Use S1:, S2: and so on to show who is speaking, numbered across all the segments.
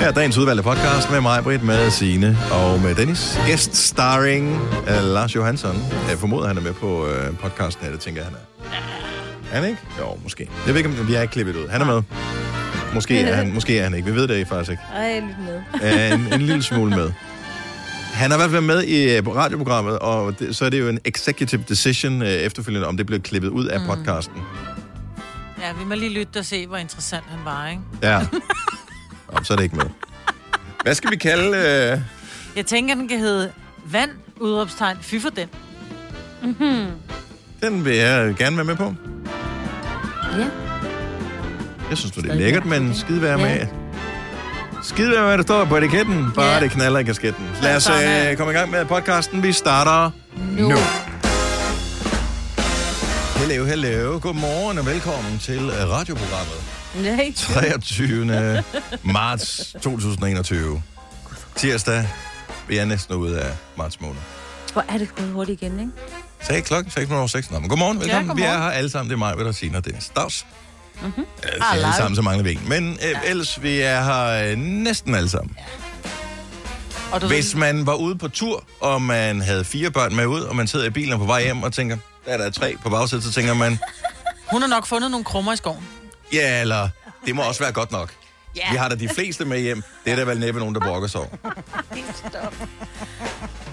S1: Her er dagens udvalgte podcast med mig, Britt, med Signe og med Dennis. Guest starring uh, Lars Johansson. Jeg formoder, han er med på uh, podcasten her, det tænker jeg, han er. Er han ikke? Jo, måske. Jeg ved ikke, om vi har ikke klippet ud. Han er med. Måske er han, måske er han ikke. Vi ved det faktisk ikke.
S2: Ej, lyt med.
S1: Øh, en, en lille smule med. Han har i hvert fald været med i øh, radioprogrammet, og det, så er det jo en executive decision øh, efterfølgende, om det bliver klippet ud af
S3: Mm.
S1: podcasten.
S3: Ja, vi må lige lytte og se, hvor interessant han var, ikke?
S1: Ja. Om, så er det ikke med. Hvad skal vi kalde... Øh...
S3: Jeg tænker, den kan hedde Vand, udråbstegn, fy for den.
S2: Mm-hmm.
S1: Den vil jeg gerne være med på.
S2: Ja.
S1: Jeg synes, nu, det er
S2: Stadig
S1: lækkert, men skide være med.
S2: Ja.
S1: Skide være med, hvad der står på etiketten. Bare
S2: Ja.
S1: det knaller i kasketten. Lad os øh, komme i gang med podcasten. Vi starter
S2: Nu.
S1: nu. Hello, hello. Godmorgen og velkommen til øh, radioprogrammet.
S2: Nej.
S1: 23. marts 2021. Tirsdag. Vi er næsten ude af marts måned.
S2: Hvor er det gået hurtigt igen, ikke?
S1: Sagde klokken 6 minutter over 6. Nå, men godmorgen, velkommen. Ja,
S3: godmorgen.
S1: Vi er her alle sammen. Det er mig, hvad der siger, og Dennis Dags. Mm-hmm. Altså,
S3: Hallo.
S1: alle sammen, så mangler vi ikke. Men øh, ellers, vi er her øh, næsten alle sammen.
S3: Og du
S1: Hvis man var ude på tur, og man havde fire børn med ud, og man sidder i bilen på vej hjem og tænker, der er der tre på bagsædet, så tænker man,
S3: ved, hun har nok fundet nogle krummer i skoven.
S1: ja, eller det må også være godt nok. Vi har da de fleste med hjem. Det er der vel næppe nogen, der brokker sig over.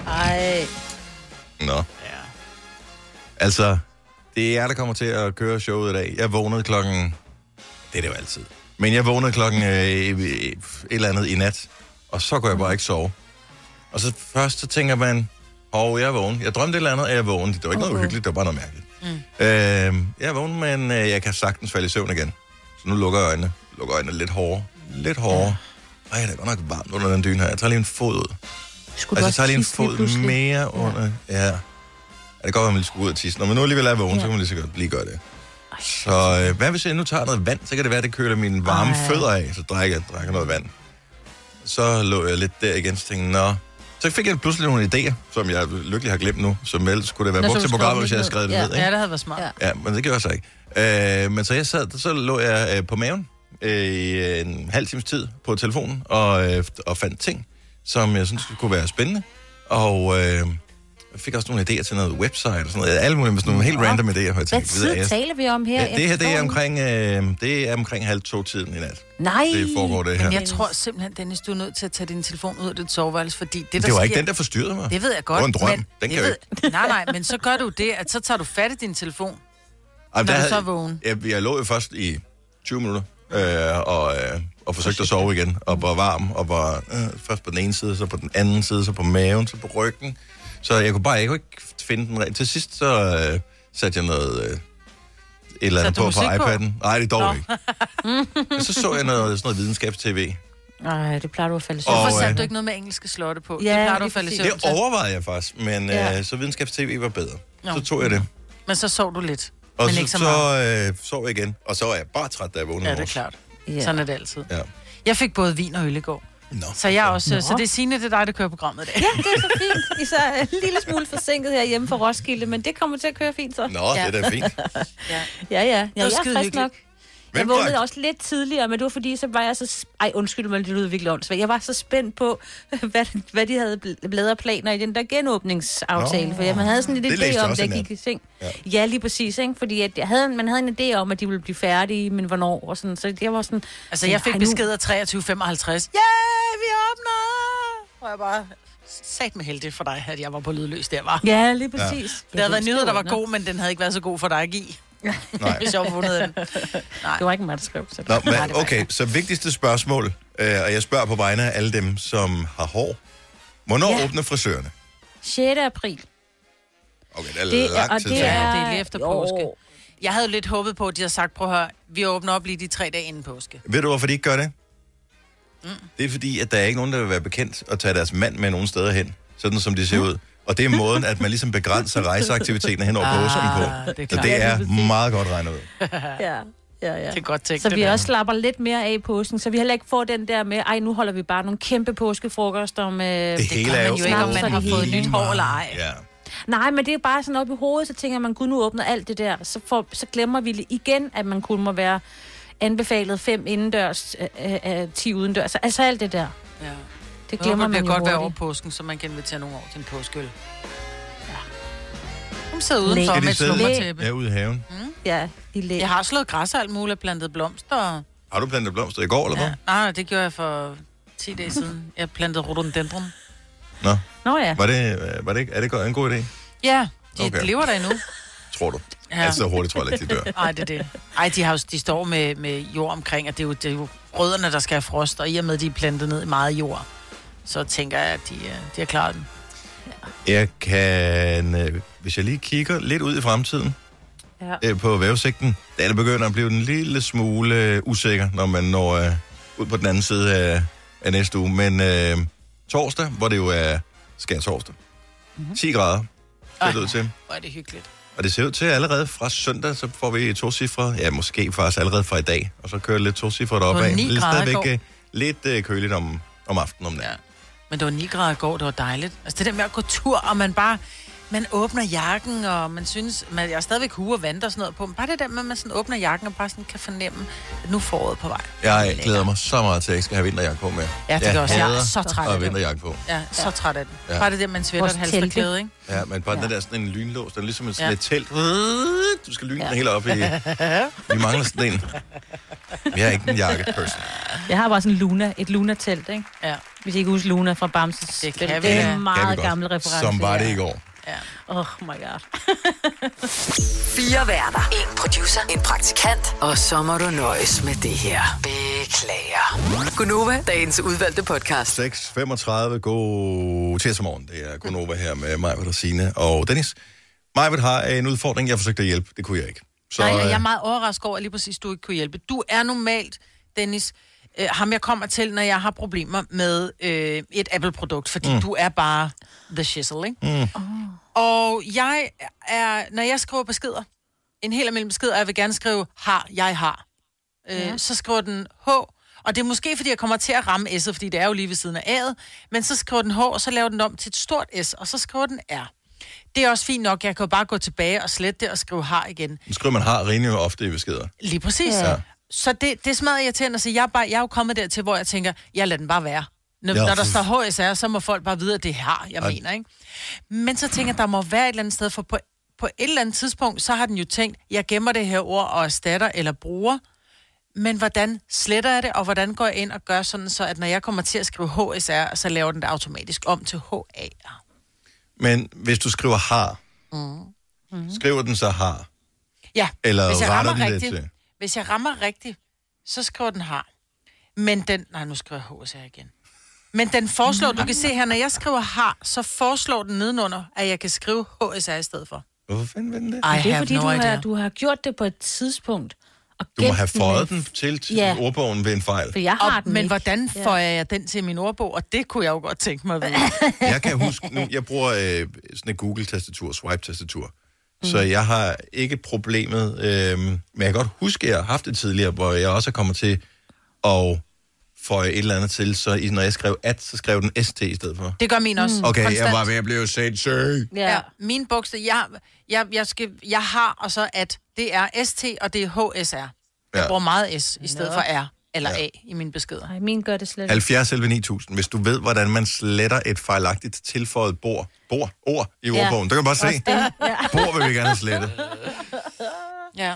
S2: Ej.
S1: Nå.
S3: Ja.
S1: Altså, det er jer, der kommer til at køre showet i dag. Jeg vågnede klokken... Det er det jo altid. Men jeg vågnede klokken øh, et eller andet i nat, og så går jeg bare ikke sove. Og så først så tænker man, og jeg er vågen. Jeg drømte et eller andet, og jeg er vågen. Det var ikke noget
S2: Okay.
S1: uhyggeligt, det var bare noget mærkeligt. Mm. Øh, jeg er vågen, men øh, jeg kan sagtens falde i søvn igen. Så nu lukker jeg øjnene. Lukker øjnene lidt hårdere. Lidt hårdere. Ej, det er godt nok varmt under den dyne her. Jeg tager lige en fod ud.
S2: Skulle
S1: Altså,
S2: du
S1: jeg
S2: også
S1: tager lige en
S2: tisse
S1: fod
S2: pludselig?
S1: mere under... Ja. ja. Det kan godt være, at man lige skulle ud og tisse. Når man nu alligevel er vågen, ja. så kan man lige så godt lige gøre det. Så øh, hvad hvis jeg nu tager noget vand, så kan det være, at det køler mine varme Ej.
S3: Ej.
S1: fødder af, så drikker jeg drikker noget vand. Så lå jeg lidt der igen, så tænkte jeg, nå. Så fik jeg pludselig nogle idéer, som jeg lykkelig har glemt nu, som ellers skulle det være
S2: Nå,
S1: brugt
S2: som
S1: til
S2: du skrev
S1: programmet, hvis
S2: lidt
S1: jeg havde
S2: ned.
S1: skrevet det
S2: Ja.
S1: ned. Ikke?
S3: Ja, det havde været smart.
S2: Ja.
S3: Ja.
S1: Ja, men det gjorde jeg så ikke. Øh, men så jeg sad, så lå jeg øh, på maven øh, i øh, en halv times tid på telefonen og, øh, og fandt ting, som jeg synes kunne være spændende. Og øh, jeg fik også nogle idéer til noget website og sådan noget. Alle mulige med sådan nogle helt random idéer. hvor Jeg tænkte,
S2: Hvad
S1: ved jeg-
S2: tid taler vi om her?
S1: Ja, det her det er
S2: Eftermiddagen?
S1: omkring, øh, det er omkring halv to tiden i nat.
S2: Nej.
S1: Det foregår det her.
S3: Jeg tror simpelthen, Dennis, du er nødt til at tage din telefon ud af dit soveværelse, fordi det, der
S1: Det var
S3: sker,
S1: ikke den, der forstyrrede mig.
S3: Det ved jeg godt.
S1: Det var en drøm.
S3: men-
S1: Den kan
S3: det
S1: jeg
S3: ved- Nej, nej, men så gør du det, at så tager du fat i din telefon.
S1: Ej, men
S3: Når
S1: der
S3: du så er vågen.
S1: Jeg, jeg lå jo først i 20 minutter øh, og, øh, og forsøgte at sove igen, og var varm, og var øh, først på den ene side, så på den anden side, så på maven, så på ryggen. Så jeg kunne bare jeg kunne ikke finde den rent. Til sidst så øh, satte jeg noget... Øh, et eller andet
S3: Satte
S1: på,
S3: du
S1: på
S3: musik på?
S1: iPad'en. Nej, det er dog
S3: Nå.
S1: ikke. Men så så jeg noget, sådan noget videnskabstv.
S2: Nej, det plejer du at falde i søvn.
S3: Hvorfor
S1: Og,
S3: satte
S1: øh,
S3: du ikke noget med engelske slotte på?
S2: Ja,
S3: det plejer du
S2: lige
S3: at falde i
S2: præcis.
S3: søvn
S1: Det
S3: til.
S1: overvejede jeg faktisk, men
S2: Ja.
S1: øh, så videnskabstv var bedre.
S3: Nå.
S1: Så tog jeg det.
S3: Men så sov du lidt.
S1: Og
S3: men
S1: så,
S3: ikke så
S1: så,
S3: meget.
S1: øh, sov jeg igen. Og så var jeg bare træt, da jeg vågnede
S3: Ja,
S1: i
S3: det er
S1: morges.
S3: klart.
S2: Ja.
S3: Sådan er det altid.
S1: Ja.
S3: Jeg fik både vin og øl i går.
S1: Nå.
S3: Så jeg også, så det er Signe, det er dig, der kører programmet i dag.
S2: Ja, det er så fint. I så er en lille smule forsinket her hjemme fra Roskilde, men det kommer til at køre fint så.
S1: Nå, det er da fint.
S3: Ja.
S2: Ja, ja. ja jeg er
S3: skide
S2: frisk
S3: hyggeligt.
S2: nok. Jeg
S1: Hvem
S2: vågnede
S1: drak?
S2: også lidt tidligere, men det var fordi, så var jeg så... s- Ej, undskyld mig, det lyder virkelig åndssvagt. Jeg var så spændt på, hvad, hvad de havde bl- bladret planer i den der genåbningsaftale.
S1: Nå.
S2: Nå, for jeg, man havde sådan lidt
S1: Det læste
S2: idé
S1: jeg
S2: om,
S1: også
S2: da jeg
S1: i nat.
S2: gik i seng.
S1: Ja.
S2: Ja. ja, lige præcis. Ikke? Fordi at jeg havde, man havde en idé om, at de ville blive færdige, men hvornår? Og sådan. Så jeg var sådan...
S3: Altså, jeg fik
S2: "Ej, nu-
S3: besked af 23.55. Ja, yeah, vi åbner! Og jeg bare sat med heldig for dig, at jeg var på lydløs der, var.
S2: Ja, lige præcis.
S3: Der
S2: Ja.
S3: havde været nyheder, der var god, men den havde ikke været så god for dig at give,
S1: Nej.
S3: hvis jeg havde fundet den.
S2: Det var ikke mig, der skrev. Så.
S1: Nå, men, okay, så vigtigste spørgsmål, øh, og jeg spørger på vegne af alle dem, som har hår. Hvornår ja.
S2: Ja.
S1: åbner frisørerne?
S2: 6. april.
S1: Okay, det er det
S2: og
S1: langt tid.
S2: det
S1: Er...
S2: er...
S3: Ja, det er lige efter
S2: Jo.
S3: påske. Jeg havde jo lidt håbet på, at de havde sagt, prøv at høre, vi åbner op lige de tre dage inden påske.
S1: Ved du, hvorfor de ikke gør det? Mm. Det er fordi, at der er ikke nogen, der vil være bekendt at tage deres mand med nogen steder hen, sådan som
S3: Mm.
S1: de ser ud. Og det er måden, at man ligesom begrænser rejseaktiviteten hen over
S3: Ah,
S1: påsken på.
S3: det er
S1: Så
S3: klart.
S1: det
S2: Ja,
S1: er
S2: lige præcis.
S1: meget godt regnet
S3: Altså,
S1: ud.
S2: Ja, ja, ja.
S3: Det er godt tænkt,
S2: Så
S3: det
S2: vi
S3: der.
S2: også slapper lidt mere af i påsken, så vi heller ikke får den der med, ej, nu holder vi bare nogle kæmpe påskefrokoster øh, med...
S1: Det, hele
S3: man
S1: er
S3: jo
S1: jo...
S3: ikke, om man
S1: åbent
S3: har fået
S1: lige
S3: nyt hår eller
S1: meget.
S3: ej.
S1: Ja.
S2: Nej, men det er bare sådan op i hovedet, så tænker man, gud, nu åbner alt det der. Så, for, så glemmer vi lige igen, at man kun må være anbefalet fem indendørs, øh, øh, øh, 10 udendørs, altså alt det der.
S3: Ja.
S2: Det glemmer
S3: det
S2: man jo
S3: godt være over
S2: hurtigt.
S3: påsken, så man kan invitere nogen over til en påskeøl. Ja. Hun sidder udenfor
S2: Læ.
S1: Skal
S3: med
S1: de
S3: et
S1: sidde
S3: slummertæppe.
S1: ja, ude i haven?
S2: Ja, i læ.
S3: Jeg har slået græs og alt muligt, og plantet blomster. og-
S1: Har du plantet blomster i går, eller hvad?
S3: Ja. Nej, det gjorde jeg for 10 dage siden. Jeg plantede rhododendron.
S1: Nå,
S2: Nå ja.
S1: var det, øh, var det, ikke- er det godt- en god idé?
S3: Ja, de
S1: Okay.
S3: okay. lever der endnu.
S1: Tror du? Ja.
S3: Ja.
S1: Altså, så hurtigt tror jeg ikke, de dør.
S3: Ej, det er det. Ej, de, har jo, de står med, med jord omkring, og det er, jo, det er jo rødderne, der skal have frost, og i og med, de er plantet ned i meget jord, så tænker jeg, at de, øh, de har klaret den.
S1: Jeg kan, øh, hvis jeg lige kigger lidt ud i fremtiden
S2: Ja.
S1: øh, på vævesigten, der er det begynder at blive en lille smule øh, usikker, når man når øh, ud på den anden side af, af næste uge. Men øh, torsdag, hvor det jo er skær torsdag, mm-hmm.
S3: Mhm.
S1: 10 grader ser det ud til.
S3: Hvor er det hyggeligt.
S1: Og det ser ud til, at allerede fra søndag, så får vi to cifre. Ja, måske faktisk allerede fra i dag. Og så kører det lidt to cifre deroppe af.
S3: ni
S1: Lidt
S3: grader i
S1: stadigvæk
S3: går.
S1: øh, lidt øh, køligt om, om aftenen om natten.
S3: Ja. Men det var 9 grader i går, det var dejligt. Altså det der med at gå tur, og man bare... Man åbner jakken, og man synes... Man, jeg har stadigvæk hue og vand og sådan noget på, men bare det der med, at man sådan åbner jakken og bare sådan kan fornemme, at nu er foråret på vej.
S1: Jeg glæder mig så meget til, at jeg skal have vinterjakke på med.
S3: Ja, det gør også. Jeg er så træt af
S1: Og
S3: det.
S1: vinterjakke på.
S3: Ja, så træt af den.
S1: Ja.
S3: Ja. Bare det der, man svætter
S2: Vores
S3: et
S2: telte.
S3: halsterklæde, ikke?
S1: Ja, men bare ja. den
S2: Ja.
S1: der sådan en lynlås, den er ligesom sådan
S3: Ja.
S1: et telt. Du skal lyne ja. den helt op i... Vi mangler sådan en. Jeg er ikke en jakkeperson.
S2: Jeg har bare sådan en Luna, et Luna-telt, ikke?
S3: Ja,
S2: Hvis I ikke husker Luna fra Bamses.
S3: Det kan
S2: det,
S3: vi
S2: det
S3: da.
S2: er
S3: Kan vi
S2: en
S1: Kan vi
S2: meget
S1: godt.
S2: gammel reference.
S1: Som var det
S2: ja.
S1: i går.
S3: ja.
S2: Oh my god.
S4: Fire værter. En producer. En praktikant. Og så må du nøjes med det her. Beklager. Gunova, dagens udvalgte podcast.
S1: 6.35, god tirsdag morgen. Det er Gunova her med Majved og Signe og Dennis. Majved har en udfordring, jeg forsøgte at hjælpe. Det kunne jeg ikke. Så,
S3: Så, Nej,
S1: øh,
S3: jeg er meget overrasket over, at lige præcis du ikke kunne hjælpe. Du er normalt, Dennis, øh, ham jeg kommer til, når jeg har problemer med øh, et Apple-produkt, fordi mm. du er bare the shizzle, ikke? Mm. Og jeg er, når jeg skriver beskeder, en helt almindelig besked, og jeg vil gerne skrive, har, jeg har, øh, ja. så skriver den H, og det er måske, fordi jeg kommer til at ramme S'et, fordi det er jo lige ved siden af A'et, men så skriver den H, og så laver den om til et stort S, og så skriver den R. Det er også fint nok, jeg kan jo bare gå tilbage og slette det og skrive har igen.
S1: nu øh, skriver man har rimelig ofte i beskeder.
S3: Lige præcis.
S1: Ja.
S3: Ja. Så det, det smadrer jeg til, at sige, jeg, er bare, jeg er jo kommet dertil, hvor jeg tænker, jeg lader den bare være. Når,
S1: Ja,
S3: ja, når der
S1: for-
S3: står HSR, så må folk bare vide, at det har, jeg
S1: Ej.
S3: mener, ikke? Men så tænker jeg, der må være et eller andet sted, for på, på et eller andet tidspunkt, så har den jo tænkt, jeg gemmer det her ord og erstatter eller bruger, men hvordan sletter jeg det, og hvordan går jeg ind og gør sådan, så at når jeg kommer til at skrive HSR, så laver den det automatisk om til HAR.
S1: Men hvis du skriver har,
S3: Mm-hmm.
S1: mm. skriver den så har?
S3: Ja,
S1: Eller
S3: hvis jeg
S1: retter
S3: rammer
S1: den det
S3: rigtigt,
S1: til?
S3: Hvis jeg rammer rigtigt, så skriver den har. Men den... Nej, nu skriver jeg HSR igen. Men den foreslår, du kan se her, når jeg skriver har, så foreslår den nedenunder, at jeg kan skrive HSR i stedet for.
S1: Hvorfor fanden vil den det?
S3: Ej,
S2: Det er fordi, du har, du har gjort det på et tidspunkt. Og
S1: Du må
S2: gemt
S1: have
S2: den
S1: føjet
S2: med-
S1: den til, til
S2: Ja.
S1: ordbogen ved en fejl.
S2: For jeg har
S3: Og,
S2: den
S3: men
S2: ikke.
S3: hvordan føjer jeg den til min ordbog? Og det kunne jeg jo godt tænke mig at vide.
S1: Jeg kan huske nu, jeg bruger øh, sådan et Google-tastatur, swipe-tastatur.
S3: Mm.
S1: Så jeg har ikke problemet, øh, men jeg kan godt huske, at jeg har haft det tidligere, hvor jeg også er kommet til at føje et eller andet til, så i- når jeg skrev at, så skrev den st i stedet for.
S3: Det gør min også.
S1: Mm. Okay, jeg
S3: Mm, konstant.
S1: var ved at blive sindssyg.
S2: Ja.
S3: Ja, min bogstav, jeg, jeg, jeg, skal, jeg har, og så at, det er ST, og det er HSR. Jeg
S1: Ja.
S3: bruger meget S i stedet for R eller A i mine beskeder.
S2: Nej, min gør det slet ikke.
S1: 70 11 9000, hvis du ved, hvordan man sletter et fejlagtigt tilføjet bord, bord, ord i ordbogen. Det kan du bare se. Bord vil vi gerne slette.
S3: Ja.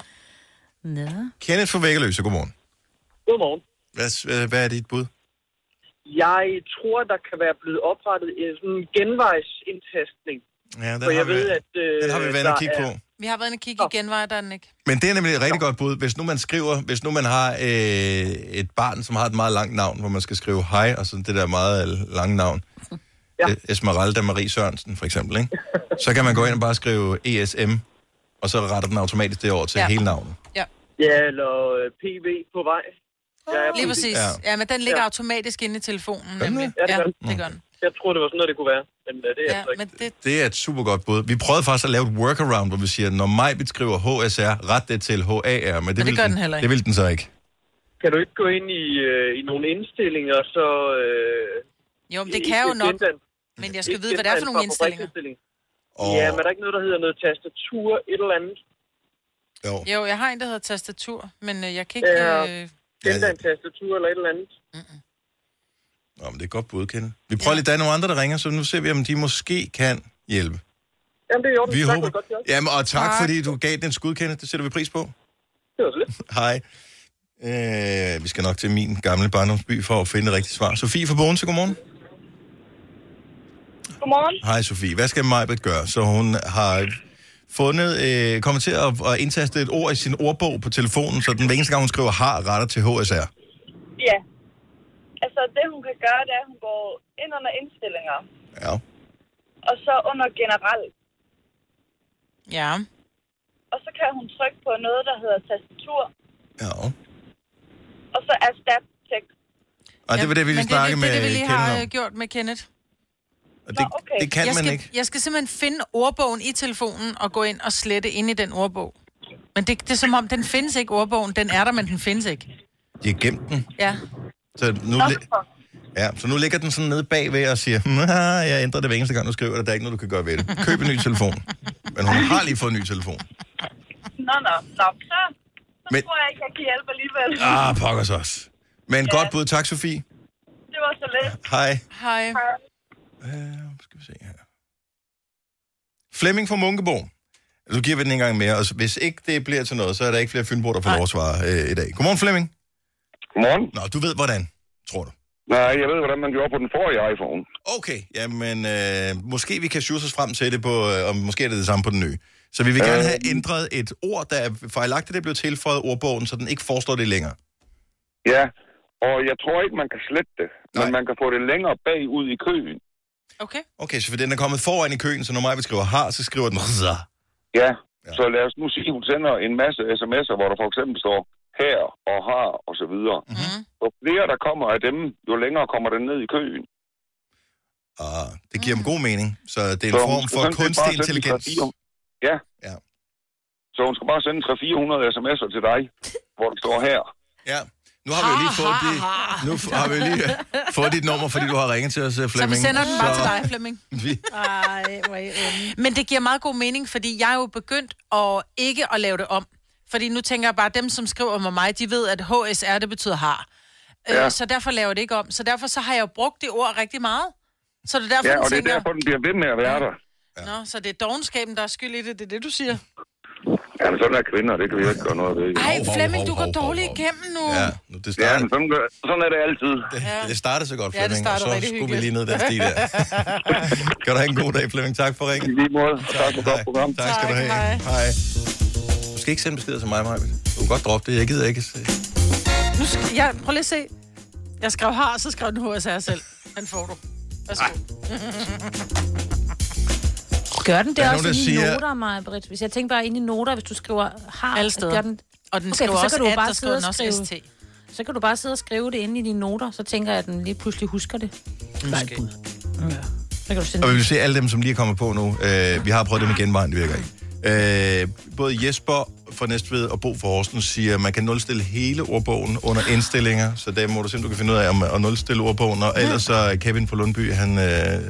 S2: Nå.
S1: Kenneth fra Vækkeløse, godmorgen.
S5: Godmorgen.
S1: Hvad, hvad- hvad er dit bud?
S5: Jeg tror, der kan være blevet oprettet en sådan genvejsindtastning.
S1: Ja, den
S5: For
S1: har
S5: jeg
S1: vi,
S5: ved, at... Øh,
S1: den har vi været inde
S5: der
S1: og kigge
S5: er-
S1: på.
S3: Vi har været inde og kigge igen, var der den ikke?
S1: Men det er nemlig et rigtig godt bud. Hvis nu man skriver, hvis nu man har øh, et barn, som har et meget langt navn, hvor man skal skrive hej, og sådan det der meget øh, lange navn. Ja.
S5: Ja.
S1: Esmeralda Marie Sørensen, for eksempel, ikke? Så kan man gå ind og bare skrive ESM, og så retter den automatisk det over til ja.
S3: Ja.
S1: hele navnet.
S5: Ja, eller øh, PV på vej. Jeg, er
S3: Ah. Lige
S5: på-
S3: præcis.
S1: Ja. Mm.
S3: Ja, men den ligger
S5: Ja.
S3: automatisk inde i telefonen.
S1: den
S3: Nemlig.
S1: det?
S5: Ja, det
S3: Ja,
S5: gør den.
S3: det gør den.
S5: jeg tror, det var sådan noget, det kunne være. Men øh, det er
S3: Ja,
S5: altså ikke.
S3: men det,
S1: Det er et super godt bud. Vi prøvede faktisk at lave et workaround, hvor vi siger, når mig beskriver HSR, ret det til HAR, men det,
S3: det
S1: vil
S3: gør den heller ikke.
S1: Det vil den så ikke.
S5: Kan du ikke gå ind i, øh, i nogle indstillinger, så... Øh,
S3: jo, men det kan jeg jo
S5: ikke
S3: nok,
S5: gendanne-
S3: men jeg skal
S5: ikke
S3: vide, hvad det er for nogle
S5: gendanne fra
S3: indstillinger.
S5: fabriksindstilling.
S1: Og
S5: Ja, men er der ikke noget, der hedder noget tastatur, et eller andet?
S1: Jo.
S3: Jo, jeg har en, der hedder tastatur, men øh, jeg kan ikke...
S5: Ja.
S3: Øh,
S5: Det er en tastatur eller et eller andet.
S1: Nå, men det er et godt bud, Kenneth. Vi prøver lige, der er nogle andre, der ringer, så nu ser vi, om de måske kan hjælpe.
S5: Jamen, det er i orden.
S1: Vi
S5: tak,
S1: håber...
S5: Godt, job.
S1: Jamen, og tak, fordi du gav den et skud, Kenneth. Det sætter vi pris på.
S5: Det var så lidt.
S1: Hej. Øh, vi skal nok til min gamle barndomsby for at finde det rigtige svar. Sofie fra Bogen, så godmorgen.
S6: Godmorgen.
S1: Hej Sofie. Hvad skal Majbet gøre? Så hun har fundet, øh, kommet til at, at indtaste et ord i sin ordbog på telefonen, så den hver eneste gang, hun skriver har, retter til HSR.
S6: Ja. Altså, det hun kan gøre, det er, at hun går ind under indstillinger,
S1: Ja.
S6: og så under generelt.
S3: ja.
S6: Og så kan hun trykke på noget, der hedder tastatur,
S1: Ja.
S6: og så erstat tekst.
S1: Og det var det, vi lige
S3: men
S1: snakkede
S3: det, er det, det,
S1: med
S3: vi lige
S1: Kenneth
S3: har øh,
S1: om.
S3: gjort med Kenneth.
S1: Og det,
S6: Nå, okay.
S1: det kan
S3: jeg
S1: man
S3: skal,
S1: ikke.
S3: Jeg skal simpelthen finde ordbogen i telefonen og gå ind og slette ind i den ordbog. Men det, det er som om, den findes ikke, ordbogen. Den er der, men den findes ikke.
S1: De har gemt den.
S3: Ja.
S1: Så nu, li- ja, så nu ligger den sådan nede bagved og siger, "Hmm, haha, jeg ændrer det hver eneste gang, du skriver det. Der er ikke noget, du kan gøre ved det. Køb en ny telefon. Men hun har lige fået en ny telefon.
S6: Nå, nå, nå. Så, så
S1: Men-
S6: tror jeg ikke, jeg kan hjælpe alligevel.
S1: Ah, pokkers også. Men ja. godt bud. Tak, Sofie.
S6: Det var så lidt.
S1: Hej.
S3: Hej.
S1: Uh, skal vi se her. Flemming fra Munkebo. Nu giver vi den en gang mere, og hvis ikke det bliver til noget, så er der ikke flere Fynboer, der får lov at svare øh, i dag. Godmorgen, Flemming.
S7: Godmorgen.
S1: Nå, du ved hvordan, tror du.
S7: Nej, jeg ved, hvordan man gjorde på den forrige iPhone.
S1: Okay, jamen øh, måske vi kan sjuse os frem til det, på, øh, og måske er det det samme på den nye. Så vi vil gerne have
S7: Øh.
S1: ændret et ord, der er fejlagtigt, det blev tilføjet ordbogen, så den ikke forstår det længere.
S7: Ja, og jeg tror ikke, man kan slette det. Men
S1: Nej.
S7: man kan få det længere bagud i køen.
S3: Okay.
S1: Okay, så for den er kommet foran i køen, så når mig skriver har, så skriver den rza.
S7: Ja. ja. Så lad os nu sige, at hun sender en masse sms'er, hvor der for eksempel står her og har og så videre.
S1: Mm.
S3: Mhm.
S7: Jo flere der kommer af dem, jo længere kommer den ned i køen.
S1: Og Ah, det giver dem god mening, så det er en
S7: Så hun
S1: form
S7: skal
S1: for
S7: sådan set
S1: kunstig
S7: bare sende
S1: intelligens.
S7: 300-400 Ja.
S1: Ja.
S7: Så hun skal bare sende 300-400 sms'er til dig, hvor der står her.
S1: Ja, nu har vi jo lige fået, dit, nu f- har vi jo lige øh, fået dit nummer, fordi du har ringet til os,
S3: Så
S1: øh,
S3: vi
S1: Flemming.
S3: sender den bare til dig, Flemming.
S1: Vi,
S2: Ej, hvor er I onde.
S3: Men det giver meget god mening, fordi jeg er jo begyndt at ikke at lave det om. Fordi nu tænker jeg bare, at dem, som skriver om mig, de ved, at HSR, det betyder har. Ja.
S7: Ja.
S3: Øh, så derfor laver jeg det ikke om. Så derfor så har jeg jo brugt det ord rigtig meget. Så det er derfor,
S7: Ja,
S3: den
S7: og det er
S3: tænker,
S7: derfor, den bliver ved med at være der.
S3: Nå, så det er dogenskaben, der er skyld i det. Det er det, du siger.
S7: Ja, men sådan er kvinder, det kan vi jo ikke gøre noget ved.
S3: Ej,
S1: hov,
S3: Flemming,
S1: hov,
S3: du
S1: hov,
S3: går
S1: hov,
S3: dårligt
S1: hov.
S3: igennem nu.
S1: ja, nu, det
S7: Ja,
S1: starter,
S7: men sådan, gør- sådan er det altid.
S1: det, det starter så godt,
S3: Ja, det
S1: Flemming, og
S3: starter
S1: så
S3: rigtig
S1: skulle vi
S3: hyggeligt.
S1: lige ned den sti der. kan du have en god dag, Flemming. Tak for ringen.
S7: I lige måde, og tak for et godt program.
S1: Tak skal du
S3: Tak,
S1: have.
S3: hej.
S1: hej. Du skal ikke sende beskeder til mig, Maja. Du kan godt droppe det. Jeg gider ikke. se-
S3: Nu sk- jeg, prøv lige at se. Jeg skrev har, så skrev den HSR selv. Den får du. Værsgo.
S2: Gør den det
S1: Der er
S2: også
S1: nogen, der
S2: inde i
S1: siger-
S2: noter, mig, Britt? Hvis jeg tænker bare inde i noter, hvis du skriver har,
S3: Alle steder.
S2: Gør den,
S3: Og den
S2: Okay,
S3: okay, skriver
S2: for så
S3: også,
S2: kan du jo
S3: at
S2: bare
S3: der skriver den
S2: sidde og
S3: også ST.
S2: skrive. så kan du bare sidde og skrive det inde i dine noter, så tænker jeg, at den lige pludselig husker det.
S3: Måske.
S2: Så kan du sende
S1: Og vi vil se alle dem, som lige er kommet på nu. Øh, vi har prøvet det med genvejen, det virker ikke. Øh, både Jesper fra Næstved og Bo fra Horsens siger, at man kan nulstille hele ordbogen under indstillinger, så der må du simpelthen du kan finde ud af om at nulstille ordbogen. Og ellers så er Kevin fra Lundby, han øh,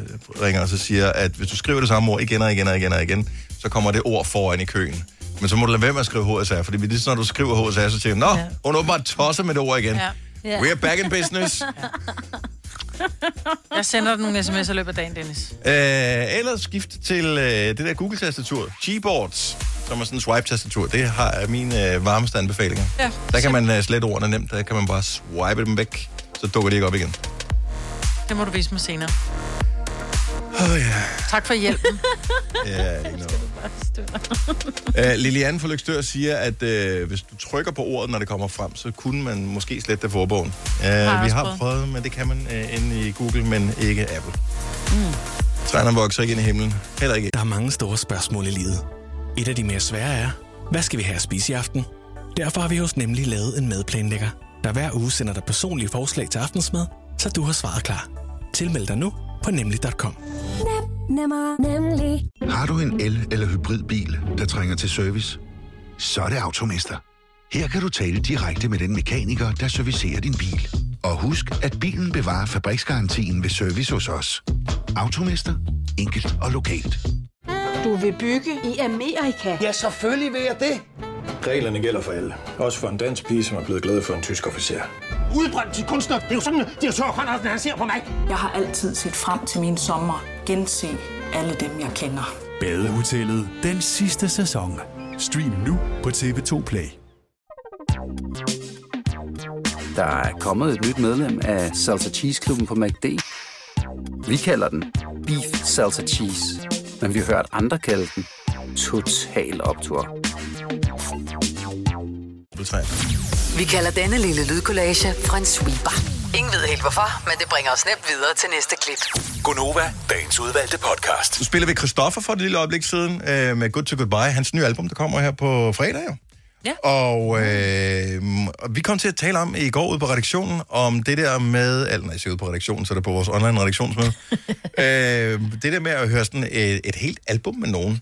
S1: ringer og så siger, at hvis du skriver det samme ord igen og igen og igen og igen, så kommer det ord foran i køen. Men så må du lade være med at skrive HSR, fordi lige så når du skriver HSR, så tænker du, nå, hun er åbenbart tosset med det ord igen.
S3: Ja.
S2: Ja.
S1: We're back in business.
S3: Jeg sender dig nogle sms'er i løbet af dagen, Dennis.
S1: Øh, eller skift til øh, det der Google-tastatur, Gboards, som er sådan en swipe-tastatur. Det har er mine øh, varmeste anbefalinger.
S3: Ja,
S1: der kan man øh, slette ordene nemt, der kan man bare swipe dem væk, så dukker de ikke op igen.
S3: Det må du vise mig senere.
S1: Åh oh, ja.
S3: Tak for hjælpen.
S1: Yeah, uh, Liliane fra Lykstør siger, at øh, hvis du trykker på ordet, når det kommer frem, så kunne man måske slette det forbogen. Uh, vi
S3: også
S1: har
S3: prøvet.
S1: prøvet, men det kan man øh, inde i Google, men ikke Apple. Mm. Trænerne vokser ikke ind i himlen. Heller ikke
S8: Der er mange store spørgsmål i livet. Et af de mere svære er, hvad skal vi have at spise i aften? Derfor har vi hos Nemlig lavet en madplanlægger, der hver uge sender dig personlige forslag til aftensmad, så du har svaret klar. Tilmeld dig nu på nemlig.com.
S9: Nemmer, nemlig.
S10: Har du en el- eller hybridbil, der trænger til service? Så er det Automester. Her kan du tale direkte med den mekaniker, der servicerer din bil. Og husk, at bilen bevarer fabriksgarantien ved service hos os. Automester. Enkelt og lokalt.
S11: Du vil bygge i Amerika? Ja, selvfølgelig vil jeg det. Reglerne gælder for alle. Også for en dansk pige, som er blevet glad for en tysk officer.
S12: Udbrændt til kunstner. Det er jo sådan, at de har Conradsen, han ser på mig. Jeg har altid set frem til min sommer. Gense alle dem, jeg kender.
S13: Badehotellet den sidste sæson. Stream nu på TV2 Play.
S14: Der er kommet et nyt medlem af Salsa Cheese Klubben på MACD. Vi kalder den Beef Salsa Cheese, men vi har hørt andre kalde den Total Optor.
S4: Vi kalder denne lille lydkollage en sweeper. Ingen ved helt hvorfor, men det bringer os nemt videre til næste klip.
S13: Gunova, dagens udvalgte podcast.
S1: Nu spiller vi Christoffer for et lille øjeblik siden øh, med Good to Goodbye, hans nye album, der kommer her på fredag jo.
S2: Ja.
S1: Og øh, og vi kom til at tale om i går ude på redaktionen, om det der med, eller nej, ikke ude på redaktionen, så er det på vores online redaktionsmøde, øh, det der med at høre sådan et, et helt album med nogen.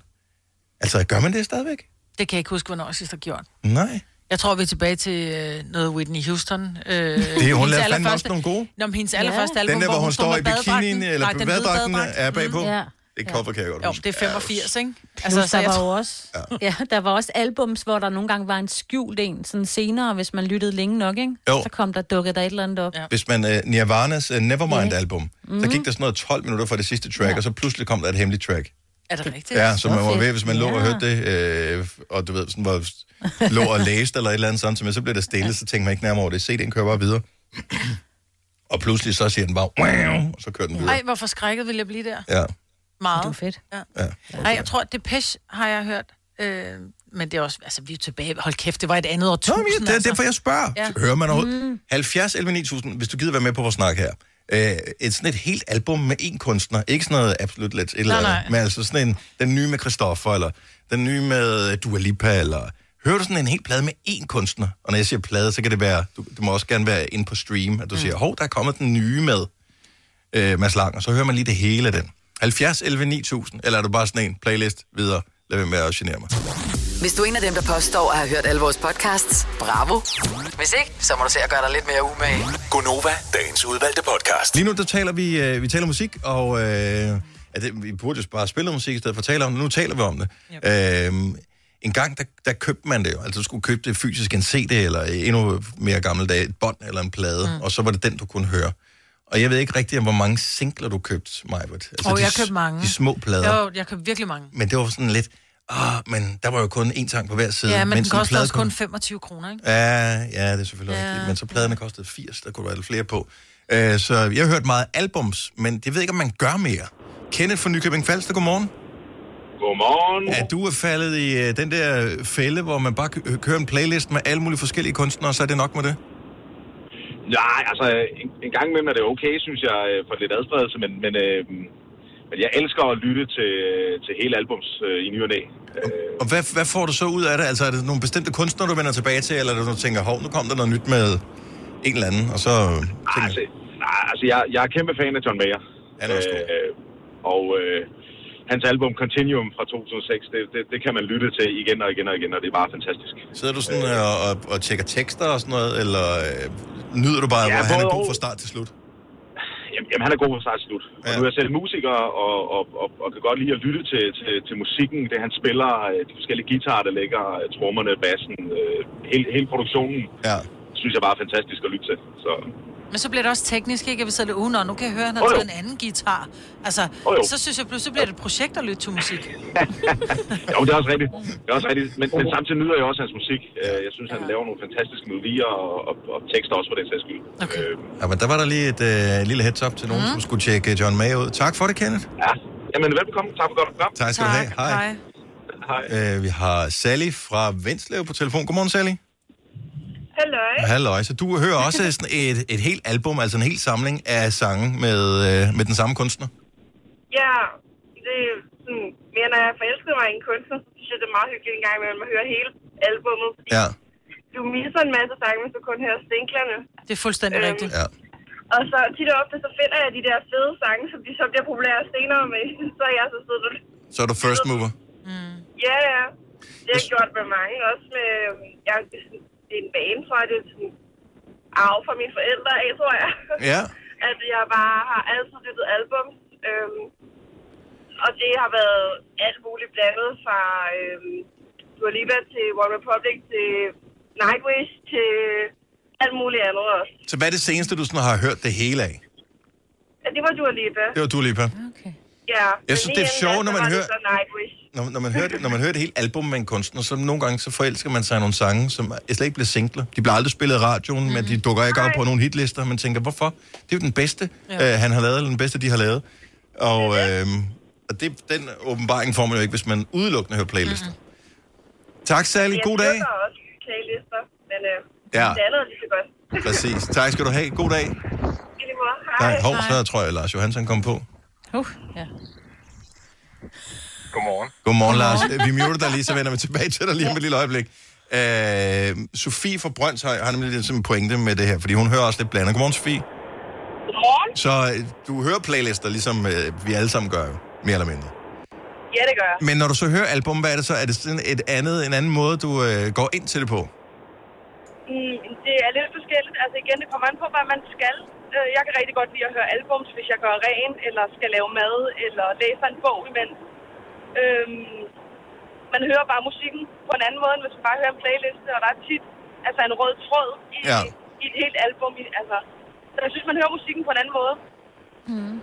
S1: Altså, gør man det stadigvæk?
S3: Det kan jeg ikke huske, hvornår jeg sidst har gjort.
S1: Nej.
S3: Jeg tror, vi er tilbage til øh, noget Whitney Houston. Øh,
S1: Det er hun
S3: hendes
S1: lavede fandme
S3: allerførste-
S1: også nogle gode.
S3: Nå, men hendes allerførste
S1: Den
S3: album,
S1: der, hvor hun står i
S3: med badedragten.
S1: bikinien, eller
S3: Nej, den hvide
S1: badedragten
S3: badedragt.
S1: er bagpå.
S3: Mm, ja.
S1: Det cover kan jeg godt
S3: Jo,
S1: huske.
S3: det er 85, ikke?
S2: Altså, Plus,
S3: så
S2: der
S3: jeg
S2: var
S3: tror-
S2: jo også, ja. ja. der var også albums, hvor der nogle gange var en skjult en, sådan senere, hvis man lyttede længe nok, ikke?
S1: Jo.
S2: Så kom der dukket der et eller andet op. Ja.
S1: Hvis man uh, Nirvanas uh, Nevermind-album, mm-hmm. så
S2: Mhm.
S1: gik der sådan noget 12 minutter fra det sidste track, ja. og så pludselig kom der et hemmeligt track.
S3: Er det rigtigt?
S1: Ja, så man var ved, hvis man lå
S3: Ja.
S1: og hørte det, øh, og du ved, sådan var, lå og læste eller et eller andet samtidig, men så blev det stille, så tænkte man ikke nærmere over det. Se, den kører bare videre. Og pludselig så siger den bare, wow, og så kører den videre.
S3: Ej, hvor forskrækket ville jeg blive der.
S1: Ja.
S3: Meget. Det
S2: var fedt.
S3: Ja.
S1: Ja.
S3: Ej, jeg tror, Depeche har jeg hørt. Øh, men det er også, altså vi er tilbage. Hold kæft, det var et andet årtusind.
S1: Nå, men ja, det er
S3: altså.
S1: derfor, jeg spørger.
S3: Ja.
S1: Hører man overhovedet? Mm. 70 11 9000, hvis du gider være med på vores snak her. Øh, et sådan et helt album med én kunstner. Ikke sådan noget absolut let, et eller
S3: Nej,
S1: andet.
S3: nej.
S1: Men altså sådan en, den nye med Christoffer, eller den nye med øh, Dua Lipa, eller... Hører du sådan en helt plade med én kunstner? Og når jeg siger plade, så kan det være... Du, det må også gerne være inde på stream, at du mm. siger, hov, der er kommet den nye med øh, Mads Lang, og så hører man lige det hele af den. 70 11 9000, eller er du bare sådan en playlist videre? Lad være med at genere mig.
S4: Hvis du er en af dem, der påstår at have hørt alle vores podcasts, bravo. Hvis ikke, så må du se at gøre dig lidt mere umage.
S13: Gunova, dagens udvalgte podcast.
S1: Lige nu, der taler vi, øh, vi taler musik, og øh, ja, det, vi burde jo bare spille musik i stedet for at tale om det. Nu taler vi om det. Yep. Øh, en gang, der, der købte man det jo. Altså, du skulle købe det fysisk, en CD, eller endnu mere gammeldag, et bånd eller en plade, mm. og så var det den, du kunne høre. Og jeg ved ikke rigtig, hvor mange singler du købte, Majbert.
S3: Åh,
S1: de
S3: jeg
S1: s-
S3: købte mange.
S1: De små plader. Jo.
S3: Jo, jeg købte virkelig mange.
S1: Men det var sådan lidt, ah, men der var jo kun én sang på hver side.
S3: Ja, men den
S1: mens en
S3: koster
S1: plade
S3: også
S1: kom-
S3: kun 25 kroner, ikke?
S1: Ja, ja, det er selvfølgelig ja.
S3: Ja.
S1: rigtigt. Men så pladerne kostede 80, der kunne være lidt flere på. Uh, så jeg har hørt meget albums, men det ved jeg ikke, om man gør mere. Kenneth fra Nykøbing Falster, godmorgen.
S15: Godmorgen.
S1: Er du er faldet i uh, den der fælde, hvor man bare kø- kører en playlist med alle mulige forskellige kunstnere, så er det nok med det?
S15: Nej, altså en, en gang imellem er det okay, synes jeg, øh, for lidt adspredelse, men, men, øh, men jeg elsker at lytte til, til hele albums øh, i ny og næ.
S1: Og hvad, hvad får du så ud af det? Altså er det nogle bestemte kunstnere, du vender tilbage til, eller er det, du tænker, hov, nu kom der noget nyt med en eller anden, og så...
S15: Nej, altså, nej, altså jeg, jeg er kæmpe fan af John Mayer.
S1: Han er også
S15: øh, Og øh, hans album Continuum fra 2006, det, det, det kan man lytte til igen og igen og igen, og det er bare fantastisk.
S1: Sidder du sådan øh, og, og, og tjekker tekster og sådan noget, eller øh, nyder du bare,
S15: Ja,
S1: ja, hvor han er
S15: både
S1: god
S15: og.
S1: fra start til slut?
S15: Jamen, jamen han er god fra start til slut. Ja. Og nu er jeg selv musiker, og, og, og, og kan godt lide at lytte til, til, til musikken, det han spiller, øh, de forskellige guitarer, der ligger, øh, trommerne, bassen, øh, hele, hele produktionen.
S1: Ja.
S15: synes jeg bare er fantastisk at lytte til. Så
S3: Men så bliver det også teknisk, ikke? At vi sidder ugen, og nu kan jeg høre, at han har
S15: Åh, jo.
S3: taget en anden guitar. Altså,
S15: Åh, jo.
S3: så synes jeg pludselig, så bliver det et projekt at lytte til musik.
S15: jo, det er også rigtigt. Det er også rigtigt. Men, men samtidig nyder jeg også hans musik. Øh, Jeg synes, han laver nogle fantastiske melodier og, og, og tekster også for den sags skyld. Øh, Okay.
S1: Ja, men der var der lige et øh, lille heads up til nogen, mm. som skulle tjekke John May ud. Tak for det, Kenneth.
S15: Ja. Jamen, velbekomme. Tak for godt program.
S1: Tak skal du have. Hej.
S15: Hej.
S1: Øh, vi har Sally fra Venslev på telefon. Godmorgen, Sally.
S6: Hallo.
S1: Halløj. Så du hører også sådan et, et helt album, altså en hel samling af sange med, øh, med den samme kunstner?
S6: Ja, det er sådan, mere når jeg forelsker mig i en kunstner, så synes jeg, det er meget hyggeligt en gang imellem at høre hele albummet.
S1: Ja.
S6: Du misser en masse sange, hvis du kun hører singlerne.
S3: Det er fuldstændig
S15: Øhm,
S3: rigtigt.
S1: Ja.
S6: Og så tit og ofte, så finder jeg de der fede sange, som de så bliver populære senere med. Så er jeg så siddet og...
S1: Så er du first mover.
S6: Ja, ja. Det har jeg gjort med mange. Også med... øhm, Jeg, det er en vane, tror jeg. Det er sådan arv fra mine forældre af, tror jeg.
S1: Ja.
S6: at jeg bare har altid lyttet album. Øhm, og det har været alt muligt blandet fra øhm, Dua Lipa til One Republic til Nightwish til alt muligt andet også.
S1: Så hvad er det seneste, du sådan har hørt det hele af?
S6: Ja, det var Dua Lipa.
S1: Det var du, Lipa.
S6: Ja,
S1: Jeg
S6: men
S1: synes,
S6: lige
S1: det er
S6: inden
S1: sjovt,
S6: da,
S1: når
S6: så
S1: man
S6: var det
S1: hører-
S6: Så Nightwish.
S1: Når, når, man hører, når man hører et helt album med en kunstner, så nogle gange så forelsker man sig i nogle sange, som er- slet ikke bliver singler. De bliver aldrig spillet i radioen, mm. men
S6: Mhm.
S1: de dukker ikke op på nogle hitlister. Man tænker, hvorfor? Det er jo den bedste,
S16: Ja.
S1: ja. øh, han har lavet, eller den bedste, de har lavet. Og, øh, og det, den åbenbaring får man jo ikke, hvis man udelukkende hører playlister. Mm.
S6: Mhm.
S1: Tak, Sally. God
S6: Jeg
S1: dag.
S6: dyrker også playlister, men øh,
S1: Ja.
S6: det andet er lige så godt.
S1: Præcis. Tak skal du have. God dag.
S6: I lige måde. Hej.
S1: Nej, hov, så tror jeg, at Lars Johansson kom på.
S2: Uh, ja.
S17: Godmorgen.
S1: Godmorgen, Lars. Øh, Vi muter dig lige, så vender vi tilbage til dig lige om et lille øjeblik. Øh, Sofie fra Brøndshøj har nemlig lidt som en pointe med det her, fordi hun hører også lidt blandet. Godmorgen, Sofie.
S6: Godmorgen.
S1: Så øh, du hører playlister, ligesom øh, vi alle sammen gør, jo, mere eller mindre.
S6: Ja, det gør jeg.
S1: Men når du så hører album, hvad er det så? Er det sådan et andet, en anden måde, du øh, går ind til det på?
S6: Mm, det er lidt forskelligt. Altså igen, det kommer an på, hvad man skal. Øh, Jeg kan rigtig godt lide at høre albums, hvis jeg gør ren, eller skal lave mad, eller læser en bog imens. Øhm, man hører bare musikken på en anden måde, end hvis man bare hører en playliste, og der er tit altså en rød tråd i,
S1: Ja.
S6: i et helt album. i- Altså, så jeg synes, man hører musikken på en anden måde. Mm.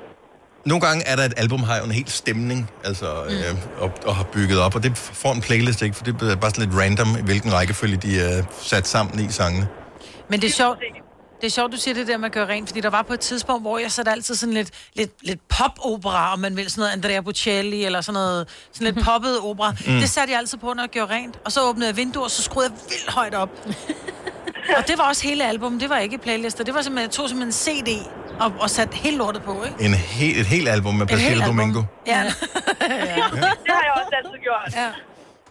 S1: Nogle gange er der et album, har jo en helt stemning, altså,
S3: Mm.
S1: øh, og, og har bygget op, og det får en playlist, ikke? For det er bare sådan lidt random, i hvilken rækkefølge de er sat sammen i sangene.
S3: Men det er sjovt, det er sjovt, du siger det der med at gøre rent, fordi der var på et tidspunkt, hvor jeg satte altid sådan lidt, lidt, lidt pop-opera, om man vil, sådan noget Andrea Bocelli, eller sådan noget, sådan lidt poppet opera. Mm.
S18: Mm.
S3: Det satte jeg altid på, når jeg gjorde rent. Og så åbnede jeg vinduer, og så skruede jeg vildt højt op. og det var også hele album, det var ikke playlister. Det var simpelthen, jeg tog simpelthen en CD og, og satte helt lortet på, ikke?
S1: En hel, et helt album med
S3: Et helt
S1: Pascal
S3: album.
S1: Domingo.
S3: Ja.
S6: det har jeg også altid gjort.
S3: Ja.